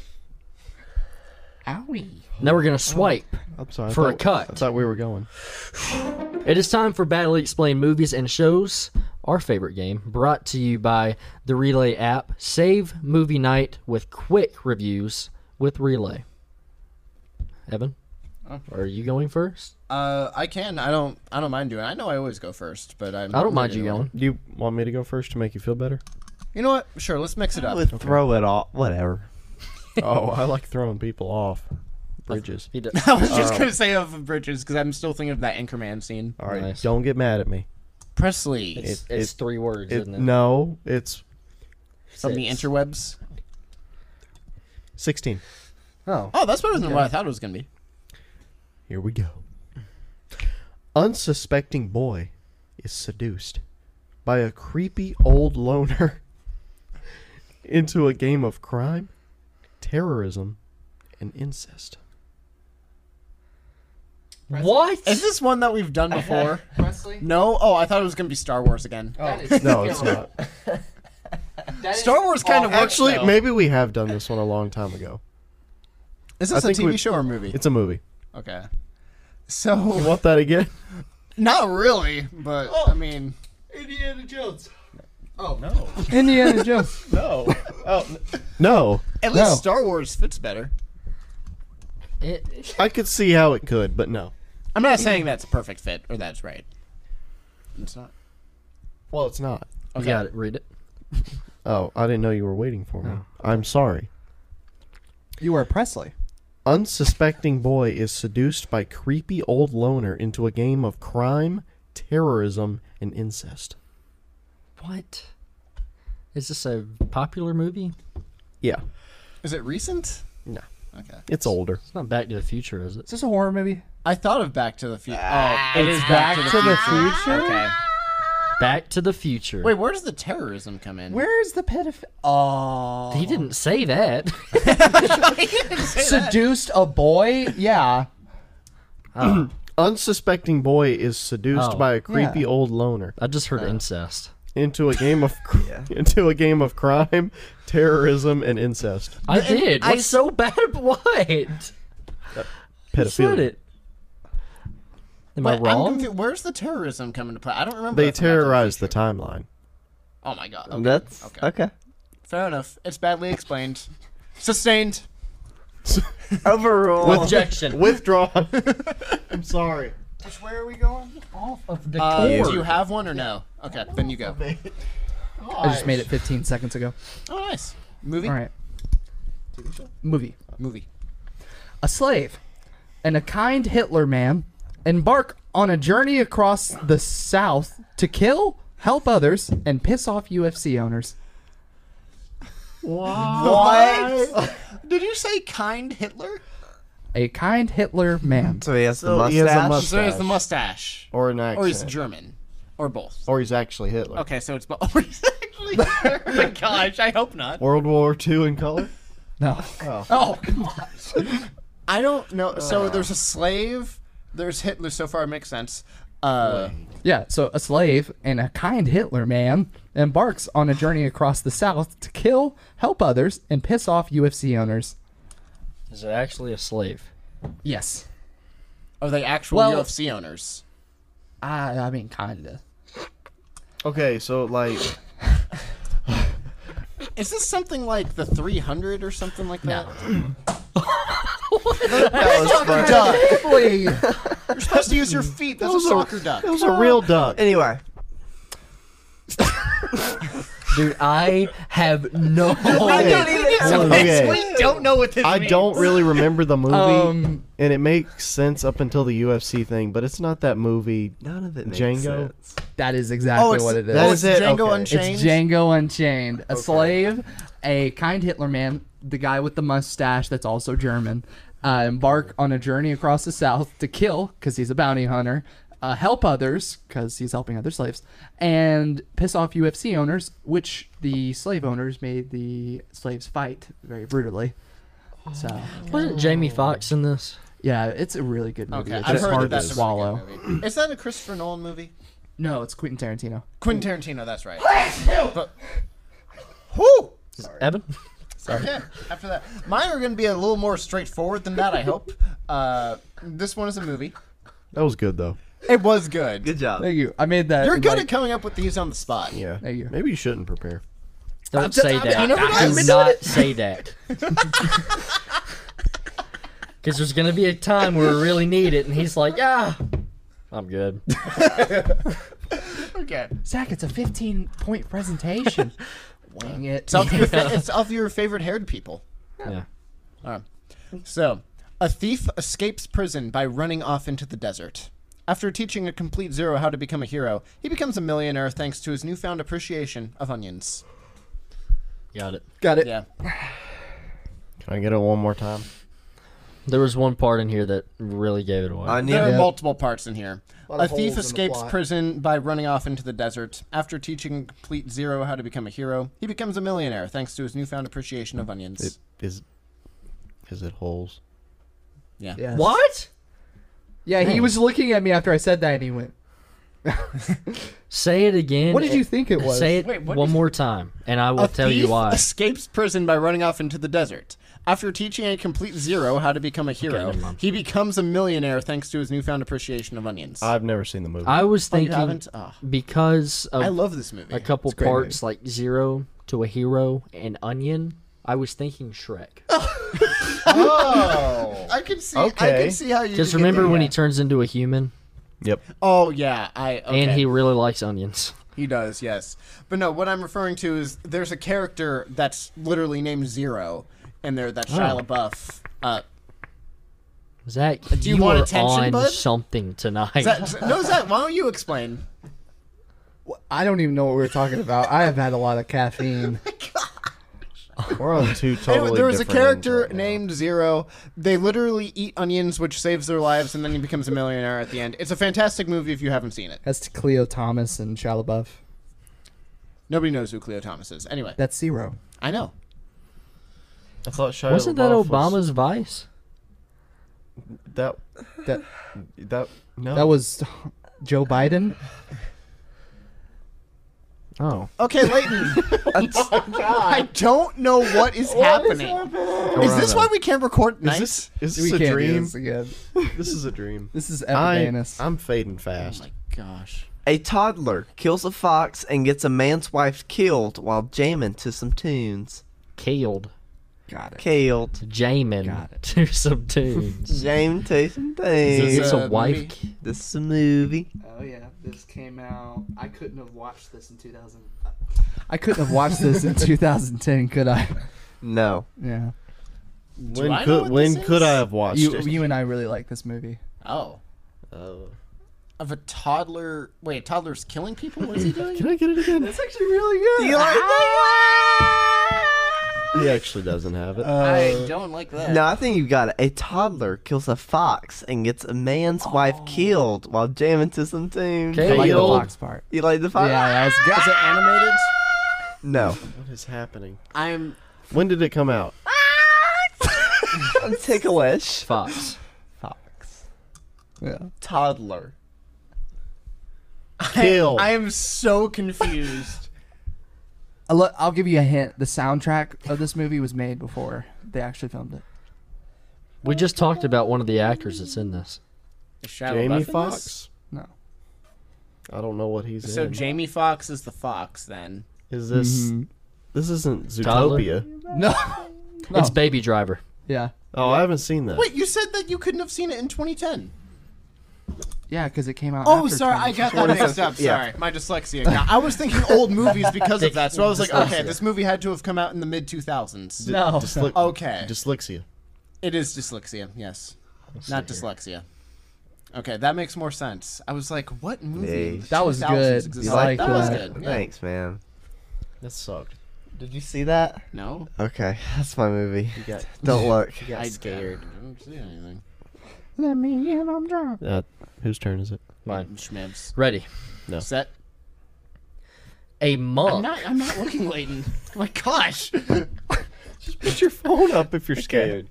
Owie. Now we're gonna swipe. I'm sorry. I For a thought- cut. I thought we were going. It is time for Badly Explained Movies and Shows, our favorite game, brought to you by the Relay app. Save movie night with quick reviews with Relay. Evan, are you going first? Uh, I can. I don't. I don't mind doing. it. I know I always go first, but I'm. I don't mind you either way. going. Do you want me to go first to make you feel better? You know what? Sure. Let's mix it I up. would throw it all. Whatever. [laughs] oh, I like throwing people off bridges. [laughs] He did. [laughs] I was just Oh. gonna say of Bridges because I'm still thinking of that Anchorman scene. All right, Nice. don't get mad at me. Presley It's, It- it's it- three words, It, isn't it? no, it's from the Six. interwebs. 16. Oh, Oh, that's better than what I thought it was gonna be. Here we go. Unsuspecting boy is seduced by a creepy old loner [laughs] into a game of crime, terrorism, and incest. what? Is this one that [laughs] we've done before? Presley? no. Oh, I thought it was gonna be Star Wars again. Oh. That is No, it's not. [laughs] Star Wars kind of works, Actually, though. maybe we have done this one a long time ago. Is I this a think TV we- show or movie? It's a movie. okay. [laughs] So Want that again? not really, but I mean, Indiana Jones. no. Indiana Jones. [laughs] No. oh, No. [laughs] at least No. Star Wars fits better. It- I could see how it could, but no. I'm not saying that's a perfect fit or that's right. It's not. Well, it's not. You got it. Read it. Oh, I didn't know you were waiting for me. I'm sorry. You are Presley. Unsuspecting boy is seduced by creepy old loner into a game of crime, terrorism, and incest. What? Is this a popular movie? Yeah, Is it recent? No. Okay. it's older. It's not Back to the Future, is it? Is this a horror movie? I thought of Back to the Future. oh, it is Back, to the Future? Okay. Back to the Future. Wait, where does the terrorism come in? Where's the pedophile? Oh. he didn't say [laughs] that. Seduced a boy? Yeah. Unsuspecting boy is seduced Oh. by a creepy Yeah. old loner I just Uh, heard incest. into a game of cr- into a game of crime, terrorism, and incest. I did. What's so bad about what? You said Pedophilia. it. Am But I I'm wrong? confu- Where's the terrorism coming to play? I don't remember. They that from Back to the terrorize the timeline. Future. Oh my god. Okay. That's okay. okay. Fair enough. It's badly explained. Sustained. Overall, Objection. Withdrawn. I'm sorry. Where are we going? Off of the Uh, You. do you have one or no? Okay, then you go. I just made it 15 seconds ago. Oh, nice. Movie. All right. Movie. Movie. A slave and a kind Hitler man embark on a journey across the South to kill, help others, and piss off UFC owners. What? Did you say kind Hitler? A kind Hitler man. so he has the So mustache. he has a mus- So it's the mustache, Or an accent. or he's German, or both. or he's actually Hitler. Okay, so it's both. [laughs] Actually, oh my gosh, I hope not. World War II in color. No. Oh gosh. I don't know. So there's a slave. There's Hitler. So far, it makes sense. Uh, Yeah, so a slave and a kind Hitler man embarks on a journey across the South to kill, help others, and piss off UFC owners. Is it actually a slave? Yes. are they actual Well- UFC owners? I, I mean, kinda. Okay, so like Is this something like the 300 or something like that? That was fun. Please. You're supposed to use your feet. That's a soccer duck. it was a real duck. Anyway, Dude, I have [laughs] no. I don't even need some Oh, Okay. hints. We don't know what this I means. don't really remember the movie, Um, and it makes sense up until the UFC thing, but it's not that movie. none of it makes Django? sense. that is exactly it's- what it is. that Oh, is it's it? Django Okay. It's Unchained. It's Django Unchained. A slave, a kind Hitler man, the guy with the mustache that's also German, uh, embark on a journey across the South to kill, because he's a bounty hunter, uh, help others, because he's helping other slaves, and piss off UFC owners, which the slave owners made the slaves fight very brutally. So, Wasn't Jamie Foxx in this? yeah, it's a really good movie. Okay, It's I've just heard hard that that's to a really swallow. good movie. Is that a Christopher Nolan movie? No, it's Quentin Tarantino. Quentin Tarantino. That's right. But Evan? Yeah, after that. Mine are going to be a little more straightforward than that, I hope. Uh, this one is a movie. That was good though. It was good. Good job. Thank you. I made that. You're good like- at coming up with these on the spot. Yeah. Thank you. Maybe you shouldn't prepare. Don't say that. you never know. Do not say that. [laughs] Because there's gonna be a time where we really need it, and he's like, "Yeah, I'm [laughs] good." Okay. Zach, it's a 15 point [laughs] presentation. Wing it. [laughs] It's of, your fa- it's of your favorite haired people. Yeah. So, a thief escapes prison by running off into the desert. After teaching a complete zero how to become a hero, he becomes a millionaire thanks to his newfound appreciation of onions. Got it. Got it. Yeah. Can I get it one more time? There was one part in here that really gave it away. Onion. There are Yeah. multiple parts in here. lot A of holes in thief the escapes plot. prison by running off into the desert. After teaching a complete zero how to become a hero, he becomes a millionaire thanks to his newfound appreciation of onions. It is. Is it holes? yeah. Yes. What? Yeah, he Dang. was looking at me after I said that, and he went, Say it again. "What did you think it was?" Say it Wait, what one did- more time, and I will A tell thief you why. escapes prison by running off into the desert. After teaching a complete zero how to become a hero, never mind. he becomes a millionaire thanks to his newfound appreciation of onions. I've never seen the movie. I was Oh, you thinking haven't? Ah, because of I love this movie. a couple great movie. parts like zero to a hero and onion. I was thinking Shrek. oh, I can see. I Okay. can see how you. Just could get remember there. when he turns into a human yep. Oh yeah, I. Okay. and he really likes onions. [laughs] He does, yes. But no, what I'm referring to is there's a character that's literally named Zero in there that Oh. Shia LaBeouf. Uh, Zach, you, you want are attention, on bud? something tonight. Zach, no, Zach, why don't you explain? I don't even know what we were talking about. I have had a lot of [laughs] caffeine. We're [laughs] on two totally. there was a different ends character right now. named Zero. They literally eat onions, which saves their lives, and then he becomes a millionaire at the end. It's a fantastic movie if you haven't seen it. That's Cleo Thomas and Shia LaBeouf. Nobody knows who Cleo Thomas is. Anyway, That's zero. I know. I thought Shia Wasn't that LaBeouf Obama's was- vice? that That that no that was Joe Biden. Oh, Okay, Leighton. I don't know what is happening. Is this why we can't record at is night? this is we this can't a do dream? [laughs] this again. This is a dream. This is I, epidanus. I'm fading fast. Oh my gosh. A toddler kills a fox and gets a man's wife killed while jamming to some tunes. killed Got it. Killed. Jamin Got [laughs] to some tunes. Jamming to some Is tunes. It's this This, a a wife. movie? ki- is a movie. Oh yeah, this came out. I couldn't have watched this in 2000. I couldn't have watched this [laughs] in 2010, could I? No. Yeah. When I know could what when this could I is? have watched You it? you and I really like this movie. Oh. Of a toddler. Wait, a toddler's killing people? [laughs] What is he doing? Can I get it again? It's actually really good. "Ah!" he actually doesn't have it. I don't like that. No, I think you got it. A toddler kills a fox and gets a man's wife killed while jamming to some tunes. Okay. I like the Killed. box part. You like the fox? Yeah, that was good. Is it animated? [laughs] No. what is happening? I'm. When did it come out? I'm ticklish. Fox. Fox. Yeah. Toddler. Kill. I am so confused. I'll, let- I'll give you a hint. The soundtrack of this movie was made before they actually filmed it. We just talked about one of the actors that's in this. [laughs] Is Shia LaBeouf in Jamie this? Fox. No. I don't know what he's So in. Jamie Fox is the fox then. is this this isn't Tyler? Zootopia? No. No. It's Baby Driver. [laughs] yeah. Oh, I haven't seen that. Wait, you said that you couldn't have seen it in 2010. Yeah, because it came out. Oh, after sorry, 20. I got that mixed up. Sorry, my dyslexia. got- I was thinking old movies because of that, so I was like, okay, this movie had to have come out in the mid 2000s. No. Dysle- Okay. Dyslexia. It is dyslexia, yes, not dyslexia. Okay, that makes more sense. I was like, what movie? in Nice. the That was 2000s good. existed? I like that was that. good. yeah. Thanks, man. That sucked. Did you see that? No, Okay, [laughs] that's my movie. got- [laughs] Don't look. Yeah, I scared. I don't see anything. Let me in, I'm drunk. Uh, whose turn is it? Mine. Schmibs. Ready. Set. A I'm monk. not. I'm not looking, Layton. [laughs] Oh my gosh. Put your phone up if you're scared.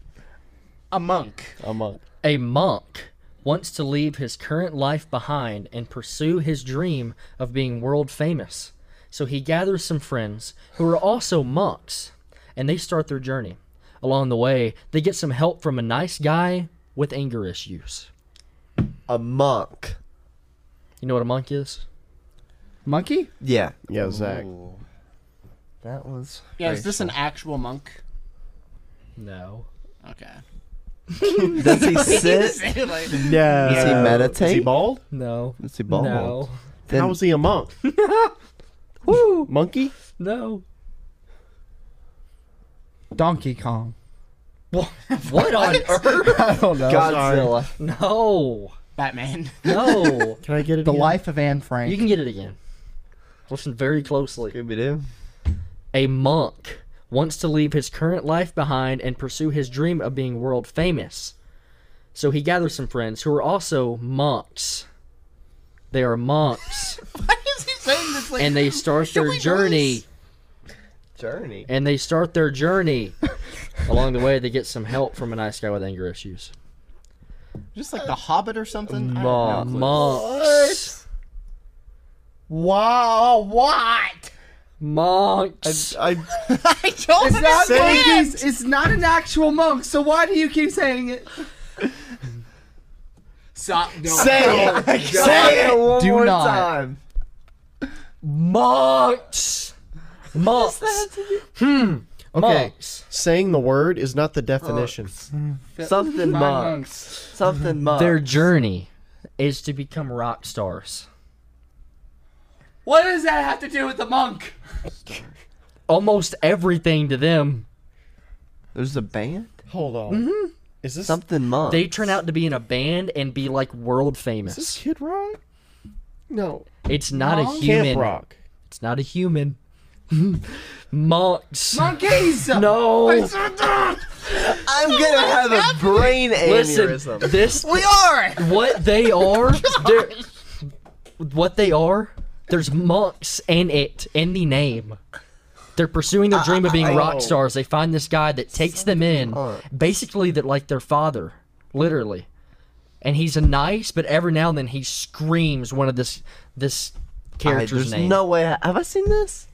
A monk. I'm up. A monk wants to leave his current life behind and pursue his dream of being world famous. So he gathers some friends who are also monks and they start their journey. Along the way, they get some help from a nice guy with anger issues. A monk. You know what a monk is? Monkey? Yeah. Yeah, Zach. Ooh. That was. Yeah, is this an racial. actual monk? No. Okay. [laughs] Does he sit? [laughs] Say, like, [laughs] Yeah. Does he meditate? Is he bald? No. Is he bald? No. Then- How is he a [laughs] monk? Woo! Monkey? No. Donkey Kong. What, [laughs] what on earth? [laughs] I don't know. Godzilla. No. Batman. No. [laughs] Can I get it? The again? life of Anne Frank. [laughs] you can get it again. Listen very closely. Scooby Doo. A monk wants to leave his current life behind and pursue his dream of being world famous. So he gathers some friends who are also monks. They are [laughs] monks, Why is he saying this? Like, and they start their we do journey. this? Journey. And they start their [laughs] journey. Along the way, they get some help from a nice guy with anger issues. just like the Hobbit or something. I Monk. don't know. Monks. Wow. Oh, What? Monks. I, I don't It's not, understand. monkeys. It's not an actual monk, so why do you keep saying it? Stop. No. say it. say it one Do more not. time. Monks. Monks. Hmm. Okay. Monks. Saying the word is not the definition. Something Fine monks. Something monks. Their journey is to become rock stars. What does that have to do with the monk? Almost everything to them, There's a band. Hold on. Is this Something monks. they turn out to be in a band and be like world famous. Is this Kid Rock? No. it's not a Camp human. Rock. It's not a human. [laughs] Monks. [laughs] Monkeys! No. I'm gonna have a brain Listen, aneurysm. this We are. what they are. they're- what they are. There's monks in it in the name. They're pursuing their dream of being rock stars. They find this guy that takes them in, basically that like their father, literally. And he's a nice, but every now and then he screams one of this this I, character's there's name. no way. Have I seen this?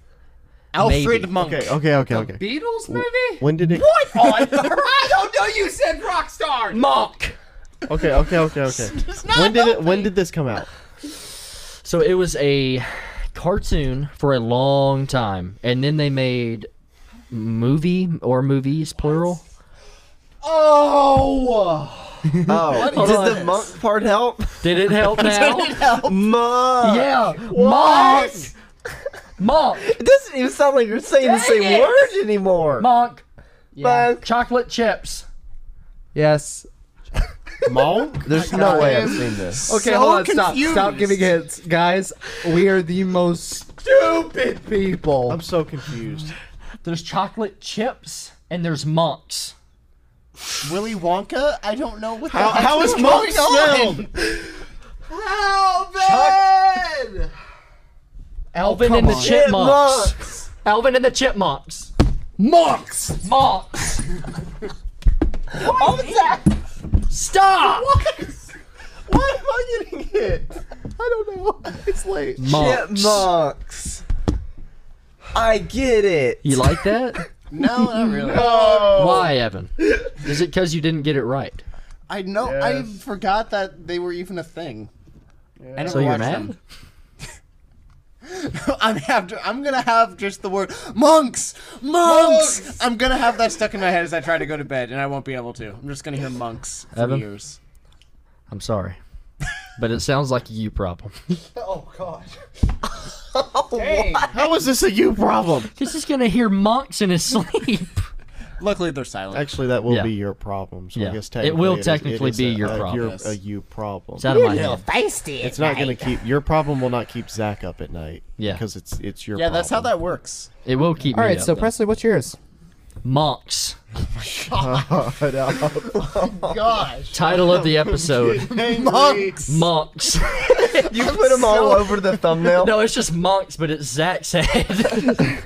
Alfred Maybe. Monk. Okay, okay, okay, okay. Beatles movie? When did it? [laughs] What on I don't know you said rock star! Monk. Okay, okay, [laughs] okay, okay. It's not When did it? healthy. When did this come out? So it was a cartoon for a long time, and then they made movie or movies plural. Oh. Oh, Hold does on. the monk part help? Did it help now? Monk. Yeah, monk, monk, It doesn't even sound like you're saying the same it. word anymore. monk, Monk. chocolate chips. Yes. Monk. There's no way I've seen [laughs] this. Okay, So hold on, stop. Stop confused. giving hints. Guys, we are the most stupid people. I'm so confused. There's chocolate chips and there's monks. Willy Wonka? I don't know what the How, heck how is monk going on. spelled? Alvin! Alvin and the chipmunks. Alvin and the chipmunks. Monks! Monks. Stop. Why am I getting hit? I don't [laughs] know. It's late. Monks. Chipmunks. I get it. [laughs] You like that? [laughs] [laughs] No, not really. Why, Evan? Is it because you didn't get it right? I know. I forgot that they were even a thing. I never So you're watched mad? them. [laughs] I'm have to, I'm gonna have just the word monks, monks. I'm gonna have that stuck in my head as I try to go to bed, and I won't be able to. I'm just gonna hear monks for Evan? years. I'm sorry, but it sounds like a you [laughs] problem. Oh, God. How is this a you problem? He's just gonna hear monks in his sleep. Luckily, they're silent. Actually, that will Yeah. be your problem. So Yeah. I guess It technically will is- technically is be a- your a, problem. Your, a you problem. It's out of my hand. It's not going to keep your problem. Will not keep Zach up at night. Yeah. because it's it's your. yeah, that's how problem. that works. It will keep All me right, up, so though. Presley, what's yours? monks. Gosh, Title of the episode: monks. Monks. You put them all over the thumbnail. [laughs] no, it's just monks, but it's Zach's head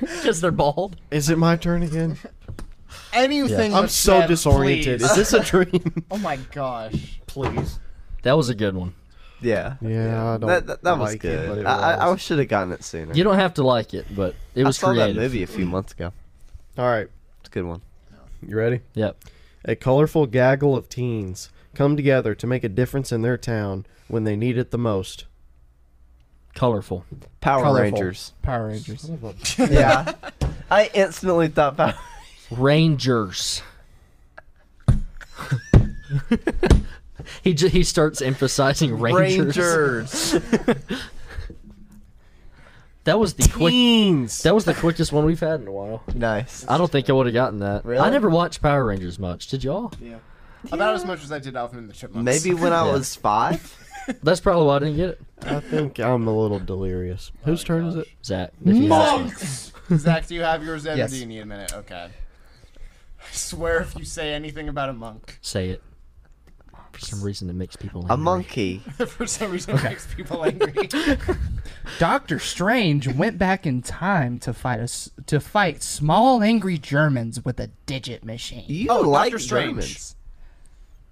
[laughs] because they're bald. [laughs] Is it my turn again? Anything. I'm but so that, disoriented. please. [laughs] Is this a dream? Oh my gosh. Please. That was a good one. Yeah. yeah, I don't. That, that, that was like It, but good. it I, I, I was. should have gotten it sooner. You don't have to like it, but it was I saw creative. that movie a few months ago. All right, It's a good one. You ready? Yep. A colorful gaggle of teens come together to make a difference in their town when they need it the most. Colorful. Power Colorful. [laughs] Rangers. Power Rangers. yeah. I instantly thought Power Rangers. [laughs] he ju- he starts emphasizing Rangers. Rangers. [laughs] That was the quick. Teens. That was the quickest one we've had in a while. nice. I don't think I would have gotten that. I Really? never watched Power Rangers much. Did y'all? Yeah. About as much as I did Alvin and the Chipmunks. [laughs] Maybe when I Yeah. was five. That's probably why I didn't get it. I think I'm a [laughs] little delirious. Whose turn is it? Zach. if you have- Zach, do you have yours in? Yes. Or do you need a minute? Okay. I swear if you say anything about a monk, [laughs] Say it. For some reason, it makes people angry. [laughs] A monkey. for some reason it makes people [laughs] angry. Doctor Strange went back in time to fight us to fight small angry Germans with a digit machine. You oh, like Doctor Strange. Germans.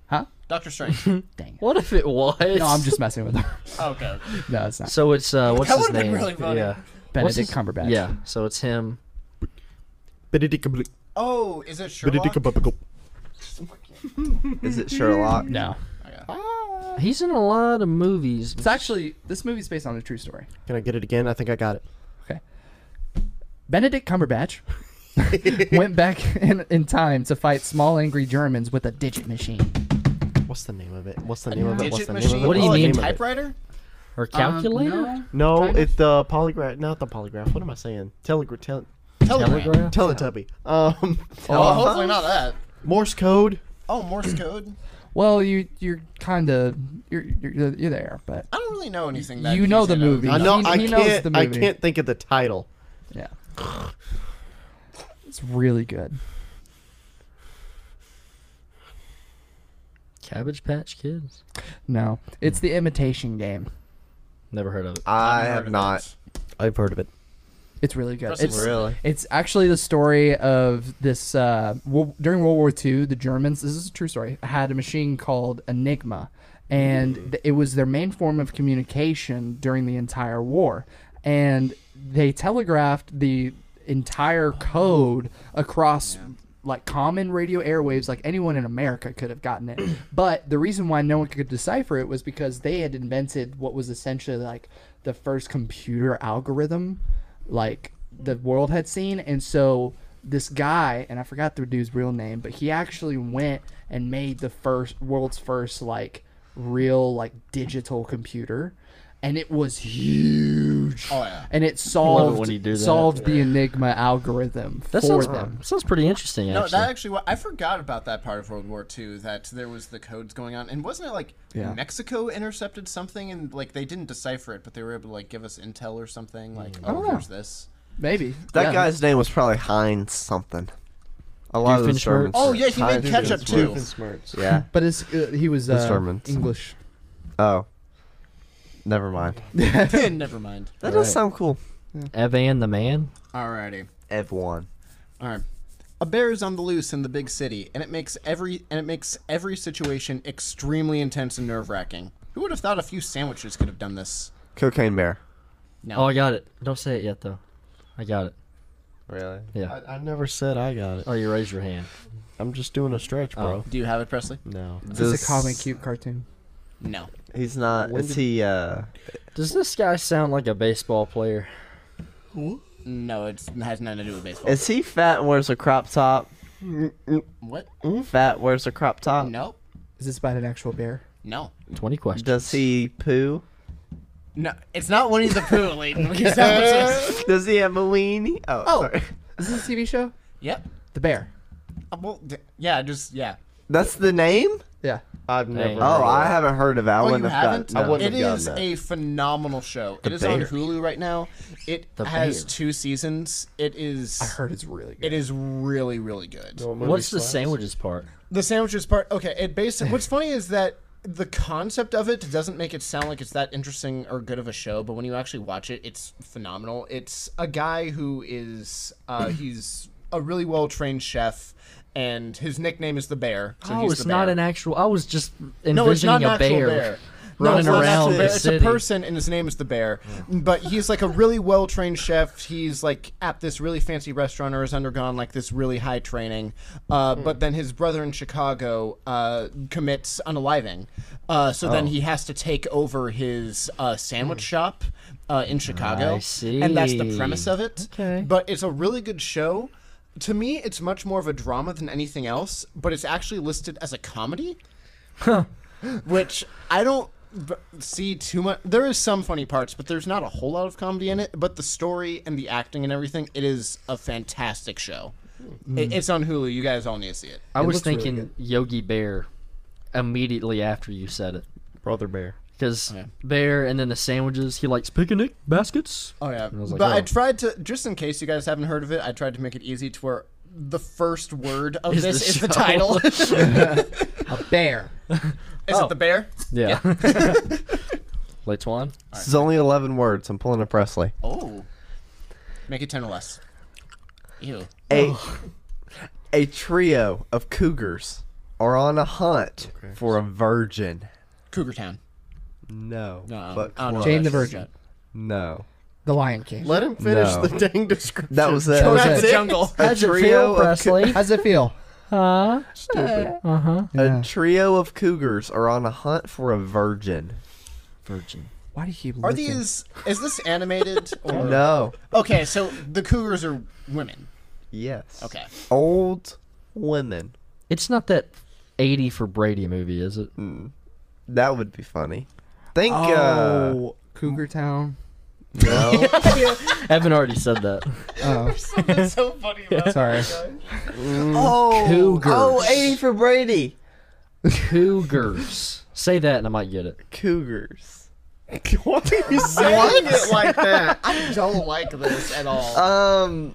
Huh? [laughs] Doctor Strange. okay, Dang. It. What if it was? No, I'm just messing with her. [laughs] okay. No, it's not. [laughs] So it's uh, what's That his would've name? been really funny. Yeah. What's Benedict his- Cumberbatch. Yeah. So it's him. Oh, is it Sherlock? Is it Sherlock? No. He's in a lot of movies. It's actually this movie's based on a true story. Can I get it again? I think I got it. Benedict Cumberbatch [laughs] went back in, in time to fight small angry Germans with a digit machine. What's the name of it? What's the name of it? What's Digit the name of machine? it? What do you oh, What's the mean? name of A it? typewriter? Or calculator? um, No, Kind of. it's the polygraph. Not the polygraph. What am I saying? Telegraph. Tel- Telegram. Telegraph? Teletubby. Um, Oh, Uh-huh. hopefully not that. [laughs] Morse code. Oh, Morse code. Well, you you're kind of you're, you're you're there, but I don't really know anything. That You know he's the in. movie. I know. He- I he knows can't. the I movie. can't think of the title. yeah, it's really good. Cabbage Patch Kids. No, it's the Imitation Game. Never heard of it. I Never heard have of not. it. I've heard of it. It's really good. Impressive. It's Really? it's actually the story of this uh, wo- during World War II. The Germans, this is a true story, had a machine called Enigma, and th- it was their main form of communication during the entire war. And they telegraphed the entire code across like common radio airwaves like anyone in america could have gotten it but the reason why no one could decipher it was because they had invented what was essentially like the first computer algorithm like the world had seen and so this guy and i forgot the dude's real name but he actually went and made the first world's first like real like digital computer and it was huge Oh, yeah. and it it when you solved do that. solved the enigma algorithm That for sounds, them sounds pretty interesting, No, actually. that actually. wa- I forgot about that part of World War II. That there was the codes going on, and wasn't it like Yeah. Mexico intercepted something, and like they didn't decipher it, but they were able to like give us intel or something. Like, oh, Mm. know. here's this. Maybe That yeah. guy's name was probably Heinz something. A lot of the Doofenshmirtz? Germans. Oh yeah, he made Heinz ketchup too. Smarts. Yeah. But it's, uh, he was uh, Germans. English. Oh. Never mind. [laughs] Never mind. That does sound cool. Evan the Man. Alrighty. Ev one. All right. A bear is on the loose in the big city, and it makes every and it makes every situation extremely intense and nerve wracking. Who would have thought a few sandwiches could have done this? Cocaine Bear. Oh, I got it. Don't say it yet, though. I got it. Really? Yeah. I, I never said I got it. Oh, you raised your hand. I'm just doing a stretch, bro. Oh. Do you have it, Presley? No. It's a common cute cartoon. No. He's not. When Is did- he? Uh, Does this guy sound like a baseball player? No, it's, it has nothing to do with baseball. is he fat and wears a crop top? what? Fat wears a crop top. Nope. Is this about an actual bear? No. 20 questions. Does he poo? No, it's not Winnie the [laughs] Pooh, Layton. because that was just- Does he have a weenie? Oh, sorry. Is this a TV show? Yep. The Bear. Uh, Well, d- yeah, just yeah. That's the name. Yeah. I've never never. heard Oh, I haven't heard of that. I Oh, you wouldn't have haven't? gotten- no. wouldn't It have is gotten a phenomenal show. it is on Bear. Hulu right now. It The has Bear. two seasons. It is. I heard it's really good. It is really, really good. What's the sandwiches part? The sandwiches part. Okay, [laughs] it basically. What's funny is that the concept of it doesn't make it sound like it's that interesting or good of a show, but when you actually watch it, it's phenomenal. It's a guy who is uh, he's a really well trained chef, and his nickname is the Bear. So oh, he's it's the not bear. an actual. I was just envisioning no, it's not an a [laughs] actual bear. bear. running well, it's around actually a the bear. It's a city. person, and his name is the bear. But he's like a really well trained chef. He's like at this really fancy restaurant or has undergone like this really high training. Hmm. Uh, But then his brother in Chicago uh, commits unaliving. Uh, so Oh. then he has to take over his uh, sandwich shop uh, in Chicago. Hmm. I see. And that's the premise of it. Okay. But it's a really good show. To me, it's much more of a drama than anything else, but it's actually listed as a comedy which I don't b- see too much. There is some funny parts, but there's not a whole lot of comedy in it. But the story and the acting and everything, it is a fantastic show. It, it's on Hulu. You guys all need to see it. I was looks really thinking Yogi Bear immediately after you said it. Brother Bear. Because Yeah. Bear and then the sandwiches, he likes picnic baskets. Oh yeah, I was like, but I oh. tried to just in case you guys haven't heard of it. I tried to make it easy to where the first word of Is [laughs] this the is show. the [laughs] title. is A bear. Oh. it the bear? [laughs] Yeah. Laitwan? This is only 11 words. I'm pulling a Presley. Oh, make it ten or less. Ew. A, a trio of cougars are on a hunt for a virgin. Cougar Town. No. No, I but don't- I don't know close. if Jane the that's- Virgin. No. The Lion King. Let him finish No. the dang description. That was it. That was Back to it. the jungle. A trio, of, cou- How's it feel? Huh? Yeah. a trio of cougars are on a hunt for a virgin. Virgin. Why do you keep Are looking? these? Is this [laughs] animated or No. Okay, so the cougars are women. Yes. Okay. Old women. It's not that 80 for Brady movie, is it? That would be funny. Think. uh Oh, Cougar Town. No. Evan already said that. Oh, Something so funny about sorry. oh. Cougars. Oh, 80 for Brady. Cougars. Say that and I might get it. Cougars. Why are you saying saying it like that. I don't like this at all. Uh, [laughs] Um.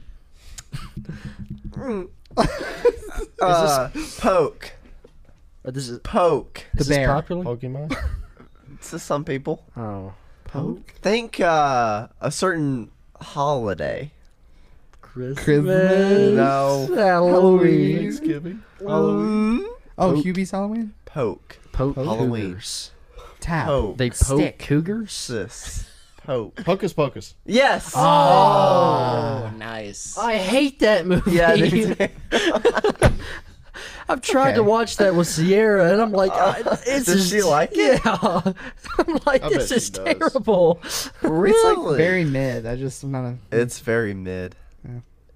mm. uh, poke. Uh, This is, Poke. is The this bear. popular? [laughs] Pokemon? To some people. Oh. Think uh, a certain holiday. Christmas. Christmas. No. Halloween. Thanksgiving. Halloween. Oh, Hubie's Halloween. Poke. Poke Halloween. cougars. Tap. Poke. They poke Stick. cougars? This. Poke. Hocus Pocus. Yes. Ah, oh, nice. I hate that movie. Yeah. they- I've tried to Okay. watch that with Sierra, and I'm like, uh, it's does just, she like it? [laughs] Yeah, I'm like, I this bet is she does. terrible. It's like Very mid. I just I'm not a. It's very mid.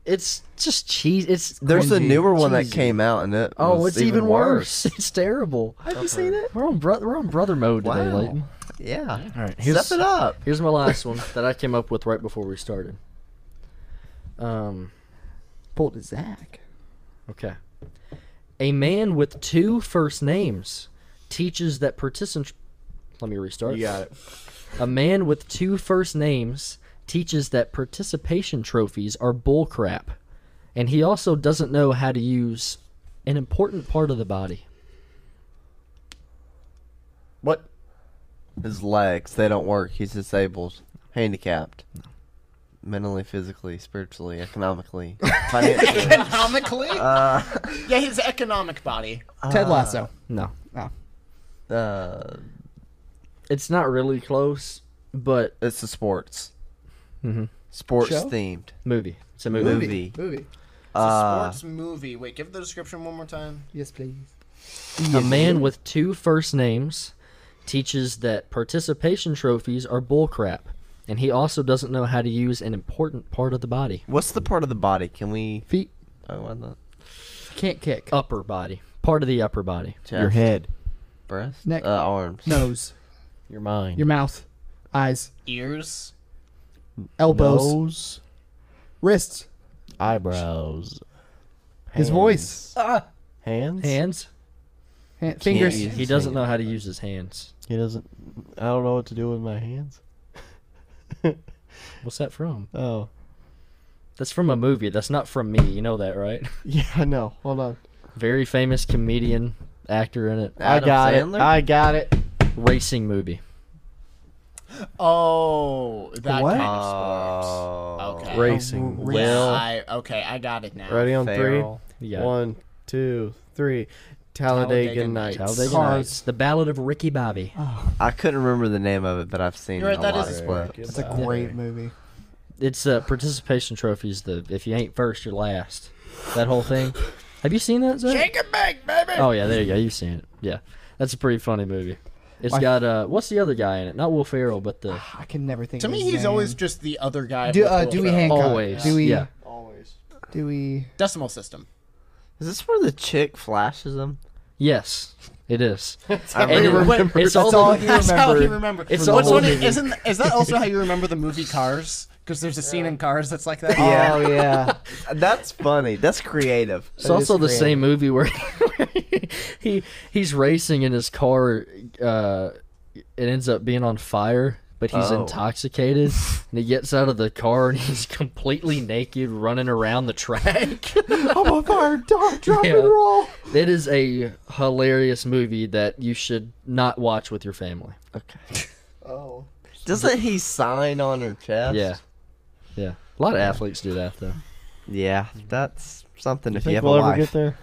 It's just cheese. It's There's a Cringy. newer one that Cheesy. came out, and it. oh, was it's even, worse. [laughs] It's terrible. Have you seen it? We're on bro- we're on brother mode today, Wow. Leighton. Yeah. All right, here's Step it up. here's my last one that I came up with right before we started. Um. Pulled a Zach. Okay. A man with two first names teaches that participants. Let me restart. got it. A man with two first names teaches that participation trophies are bullcrap, and he also doesn't know how to use an important part of the body. What? His legs, they don't work. He's disabled, handicapped, mentally, physically, spiritually, [laughs] economically, financially. Economically? uh, yeah, his economic body. Ted Lasso. No, Oh. uh, it's not really close, but it's the sports. Sports Show? themed movie. It's a movie. movie. Mm-hmm. Movie. It's a Uh, sports movie. Wait, give the description one more time. Yes, please. A man with two first names teaches that participation trophies are bullcrap, and he also doesn't know how to use an important part of the body. what's the part of the body? Can we? Feet Oh, why not? can't kick. Upper body, part of the upper body. Chest, head. breast, Neck. uh, arms, Nose. Your mind. Your mouth. Eyes. Ears. Elbows. Wrists. Eyebrows. His voice. Hands. Hands. Hand, fingers. use- He doesn't know how to use his hands. He doesn't. I don't know what to do with my hands. What's that from? Oh. [laughs] That's from a movie. That's not from me. You know that, [laughs] right? Yeah, I know. Hold on. Very famous comedian, actor in it. I Adam got Sandler? it. I got it. Racing movie. Oh, that What? Uh, kind of sports. Oh. Okay. Racing. Oh, Yeah, Will. I, okay, I got it now. Ready on Feral. You three. got it. One, two, three. Talladega, Talladega Nights. Nights. Talladega Cars. Nights, the Ballad of Ricky Bobby. I couldn't remember the name of it, but I've seen You're right, a that lot is- of split. It's a great movie. It's a participation trophy. Is the if you ain't first, you're last. That whole thing. Have you seen that? Zach? it back, baby. Oh yeah, there you go. You've seen it. Yeah, that's a pretty funny movie. It's got uh, what's the other guy in it? Not Will Ferrell, but the I can never think. To of me, his he's name. always just the other guy. Do- with uh, Will Dewey Ferrell. Hancock. always. Do we- Yeah, Always. Dewey. Decimal system. Is this where the chick flashes him? yes, it [laughs] is. I And it- really remember. it's That's the- all he [laughs] That's how he remembered remembered. It's What's all- funny, isn't is that also how you remember the movie Cars? Because there's a scene in Cars that's like that. Yeah. Oh yeah. [laughs] That's funny. That's creative. It's also the creative. same movie where [laughs] he he's racing in his car. Uh, it ends up being on fire, but he's Oh. intoxicated, and he gets out of the car and he's completely naked, running around the [laughs] track. I'm on fire. Don't drop Yeah. and roll. it is a hilarious movie that you should not watch with your family. [laughs] Oh. Doesn't he sign on her chest? Yeah, yeah. A lot of athletes do that though. Yeah. That's something if you Think have we'll a ever life. get there?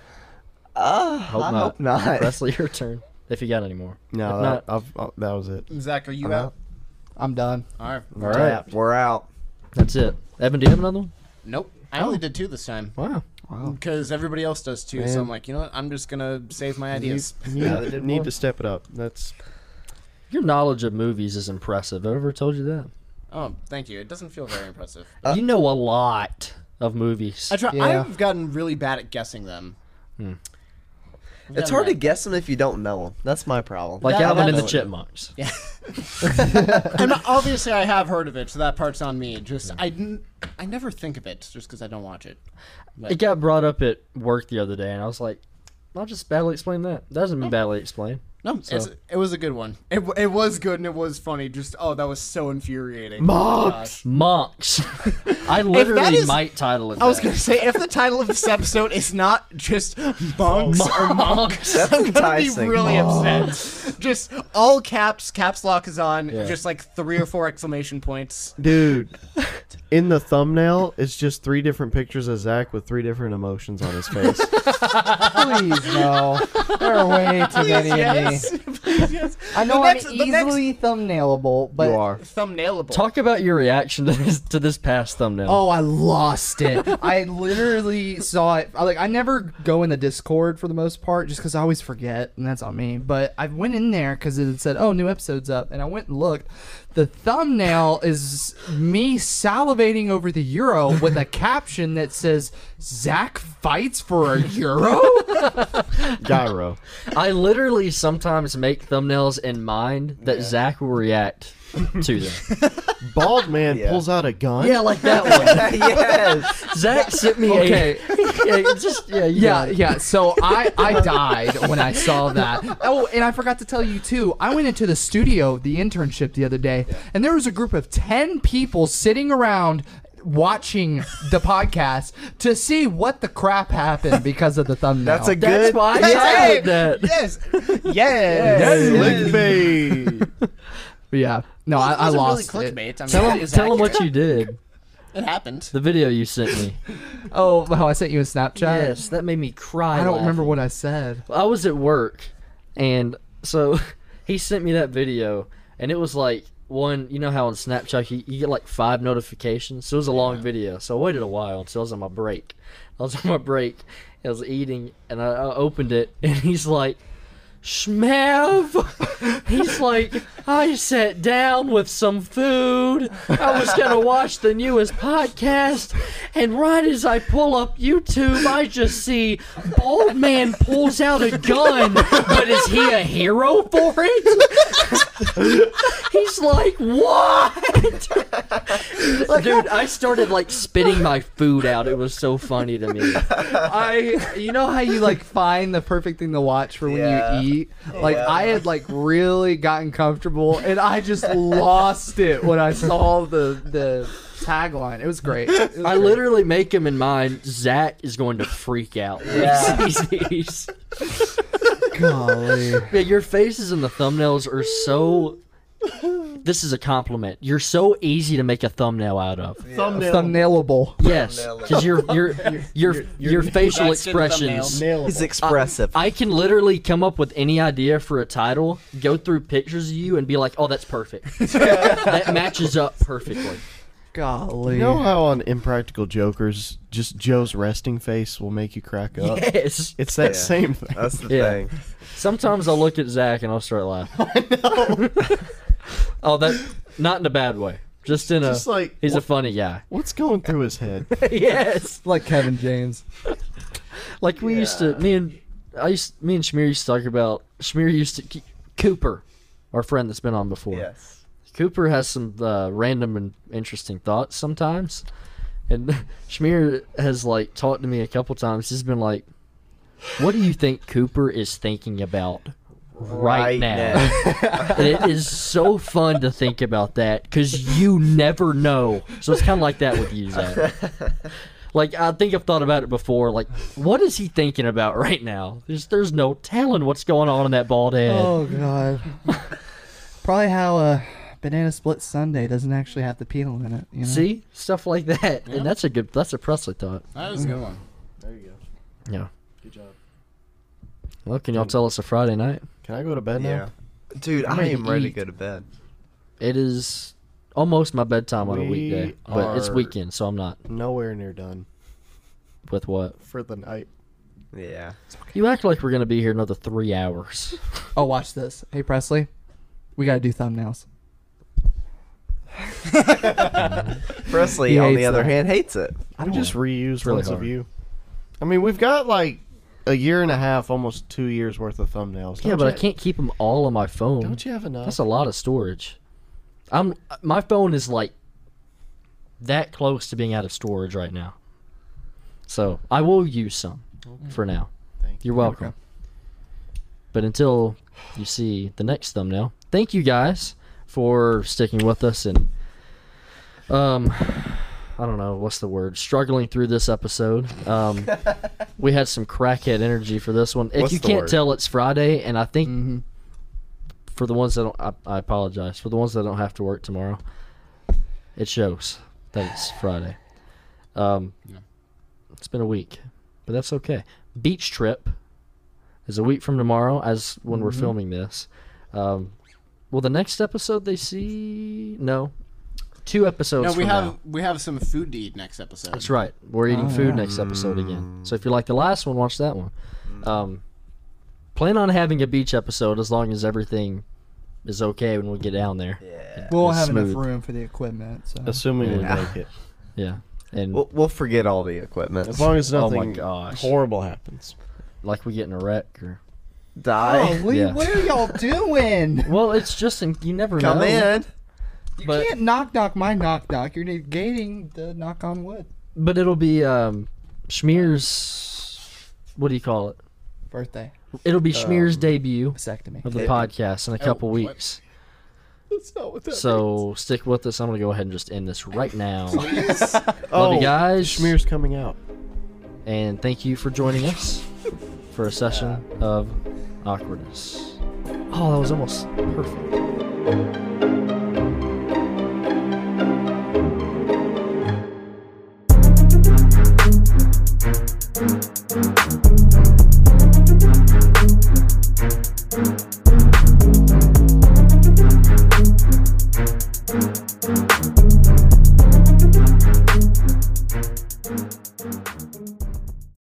Uh, Hope I not. hope not. Presley, your turn. If you got any more. No, If that, not- I've, uh, that was it. Zach, are you I'm out? I'm done. All right. All right. [laughs] We're out. That's it. Evan, do you have another one? Nope. I only did two this time Wow. because everybody else does two. Man. So I'm like, you know what? I'm just gonna save my You ideas. Yeah, they did need more. to step it up. That's Your knowledge of movies is impressive. Have I ever told you that? Oh, thank you. It doesn't feel very impressive. you know a lot of movies. Uh, I try. Yeah. I've gotten really bad at guessing them. Hmm. It's hard to guess them if you don't know them. That's my problem. like that- Alvin and the that's- Chipmunks. Yeah. [laughs] and obviously, I have heard of it, so that part's on me. Just I, didn't- I never think of it, just because I don't watch it. It got brought up at work the other day, and I was like, I'll just badly explain that. That doesn't mean badly explained. No, it's, it was a good one. It, w- it was good and it was funny. Just oh, that was so infuriating. Gosh. Monks. [laughs] I literally is- might title it I was that. gonna say if the title of this episode is not just monks or monks, That's [laughs] I'm gonna be enticing. [laughs] really upset. Just all caps, caps lock is on. Yeah. Just like three or four exclamation [laughs] points. [laughs] dude. In the thumbnail, it's just three different pictures of Zach with three different emotions on his [laughs] face. Please no. There are way [laughs] too many of me. Yes, please, yes. I know the next, I'm the [laughs] next easily thumbnailable, but you are. thumbnailable. Talk about your reaction to this, to this past thumbnail. Oh, I lost it. I literally saw it. I, like I never go in the Discord for the most part, just because I always forget, and that's on me. But I went in there because it had said, "Oh, new episodes up," and I went and looked. The thumbnail is me salivating over the euro with a caption that says, "Zach fights for a euro." Gyro. I literally sometimes make thumbnails in mind that Zach will react to them. Bald man Yeah. pulls out a gun. yeah, like that one. [laughs] yes. Zach sent me Okay. a. [laughs] yeah, just yeah, you Yeah, got it. yeah. So I [laughs] I died when I saw that. Oh, and I forgot to tell you too. I went into the studio, the internship the other day, and there was a group of 10 people sitting around watching the podcast to see what the crap happened because of the thumbnail. That's a good. That's why [laughs] I Hey, titled that. Yes. Yes. Clickbait. Yeah. No, I, I It wasn't lost really it. clickbait. I mean, Tell it him, is tell 'em what accurate. you did. It happened. The video you sent me. Oh, [laughs] wow, I sent you a Snapchat. yes, that made me cry. I don't laughing. remember what I said. I was at work, and so [laughs] he sent me that video, and it was like one. You know how on Snapchat you, you get like five notifications. So it was a long video. So I waited a while until I was on my break. I was on my break. I was eating, and I, I opened it, [laughs] and he's like. Schmev! He's like, I sat down with some food. I was gonna watch the newest podcast, and right as I pull up YouTube, I just see bald man pulls out a gun. But is he a hero for it? [laughs] He's like, what? Dude, I started like spitting my food out. It was so funny to me. I you know how you like find the perfect thing to watch for when Yeah. you eat? Like I had like really gotten comfortable and I just lost it when I saw the the tagline. It was great. It was I great. literally make him in mind. Zach is going to freak out. when he [laughs] sees these. Golly. Yeah, your faces in the thumbnails are so this is a compliment. You're so easy to make a thumbnail out of. Thumbnail. Thumbnailable. Yes, because your [laughs] your your your facial That's good expressions. thumbnails. Nailable. He's expressive. I can literally come up with any idea for a title, go through pictures of you, and be like, "Oh, that's [laughs] perfect. that matches up perfectly." Golly. You know how on Impractical Jokers, just Joe's resting face will make you crack up? Yes. It's that Yeah. same thing. That's the Yeah. thing. Sometimes I'll look at Zach and I'll start [laughs] laughing. oh, that not in a bad way. Just in [laughs] Just a like he's a what- funny guy. what's going through his head? [laughs] yes. like Kevin James. Like we used to me and I used me and Shmear used to talk about Shmear used to keep, Cooper, our friend that's been on before. Yes. Cooper has some uh, random and interesting thoughts sometimes. And [laughs] Schmier has like talked to me a couple times. He's been like, "What do you think Cooper is thinking about right, now?" and it is so fun to think about that because you never know. So it's kind of like that with you, Zach. Like I think I've thought about it before. Like, what is he thinking about right now? There's there's no telling what's going on in that bald head. Oh god. Probably how uh, banana split Sunday doesn't actually have the peel in it. You know? See stuff like that, and that's a good. That's a Presley thought. That was a good one. There you go. Yeah. Good job. Well, can y'all tell us a Friday night? Can I go to [laughs] bed Yeah. now? Dude, I'm I ready am to ready to eat. go to bed. It is almost my bedtime on a We weekday, but it's are- weekend, so I'm not Nowhere near done with what. for the night. Yeah. You act like we're gonna be here another three hours. Oh, watch this. Hey Presley, we gotta do thumbnails. Presley, He on the hates other that. hand, hates it. I We don't just reuse really ones hard. of you. I mean, we've got like a year and a half, almost two years worth of thumbnails. yeah, Don't but I you- can't keep them all on my phone. Don't you have enough? That's a lot of storage. I'm my phone is like that close to being out of storage right now. So I will use some for now. Thank You're welcome. But until you see the next thumbnail, thank you guys for sticking with us and um I don't know what's the word struggling through this episode. [laughs] Um, we had some crackhead energy for this one. If What's you the can't word? tell, it's Friday, and I think Mm-hmm. for the ones that don't, I, I apologize for the ones that don't have to work tomorrow. It shows that it's Friday. Um, It's been a week, but that's okay. Beach trip is a week from tomorrow, as when we're filming this. Um, well, the next episode they see no, two episodes. No, we from have now. we have some food to eat next episode. That's right. We're eating Oh, food yeah. next episode again. So if you like the last one, watch that one. Um, plan on having a beach episode as long as everything is okay when we get down there. Yeah. We'll It's have smooth. enough room for the equipment. So. Assuming we Yeah. make it, Yeah, and We'll, we'll forget all the equipment. as long as Oh my nothing gosh. horrible happens. like we get in a wreck or. Die. Golly, Yeah. Oh, what are y'all doing? Well, it's just in, you never Come know. in. you But- can't knock knock my knock knock. You're negating the knock on wood But it'll be um, Schmear's. What do you call it? birthday It'll be Schmear's debut vasectomy. of the it- podcast in a couple what? weeks. That's not what that So stick with us. I'm gonna go ahead and just end this right now. oh, Love you guys. Schmear's coming out. and thank you for joining us for a session of awkwardness. Oh, that was almost perfect.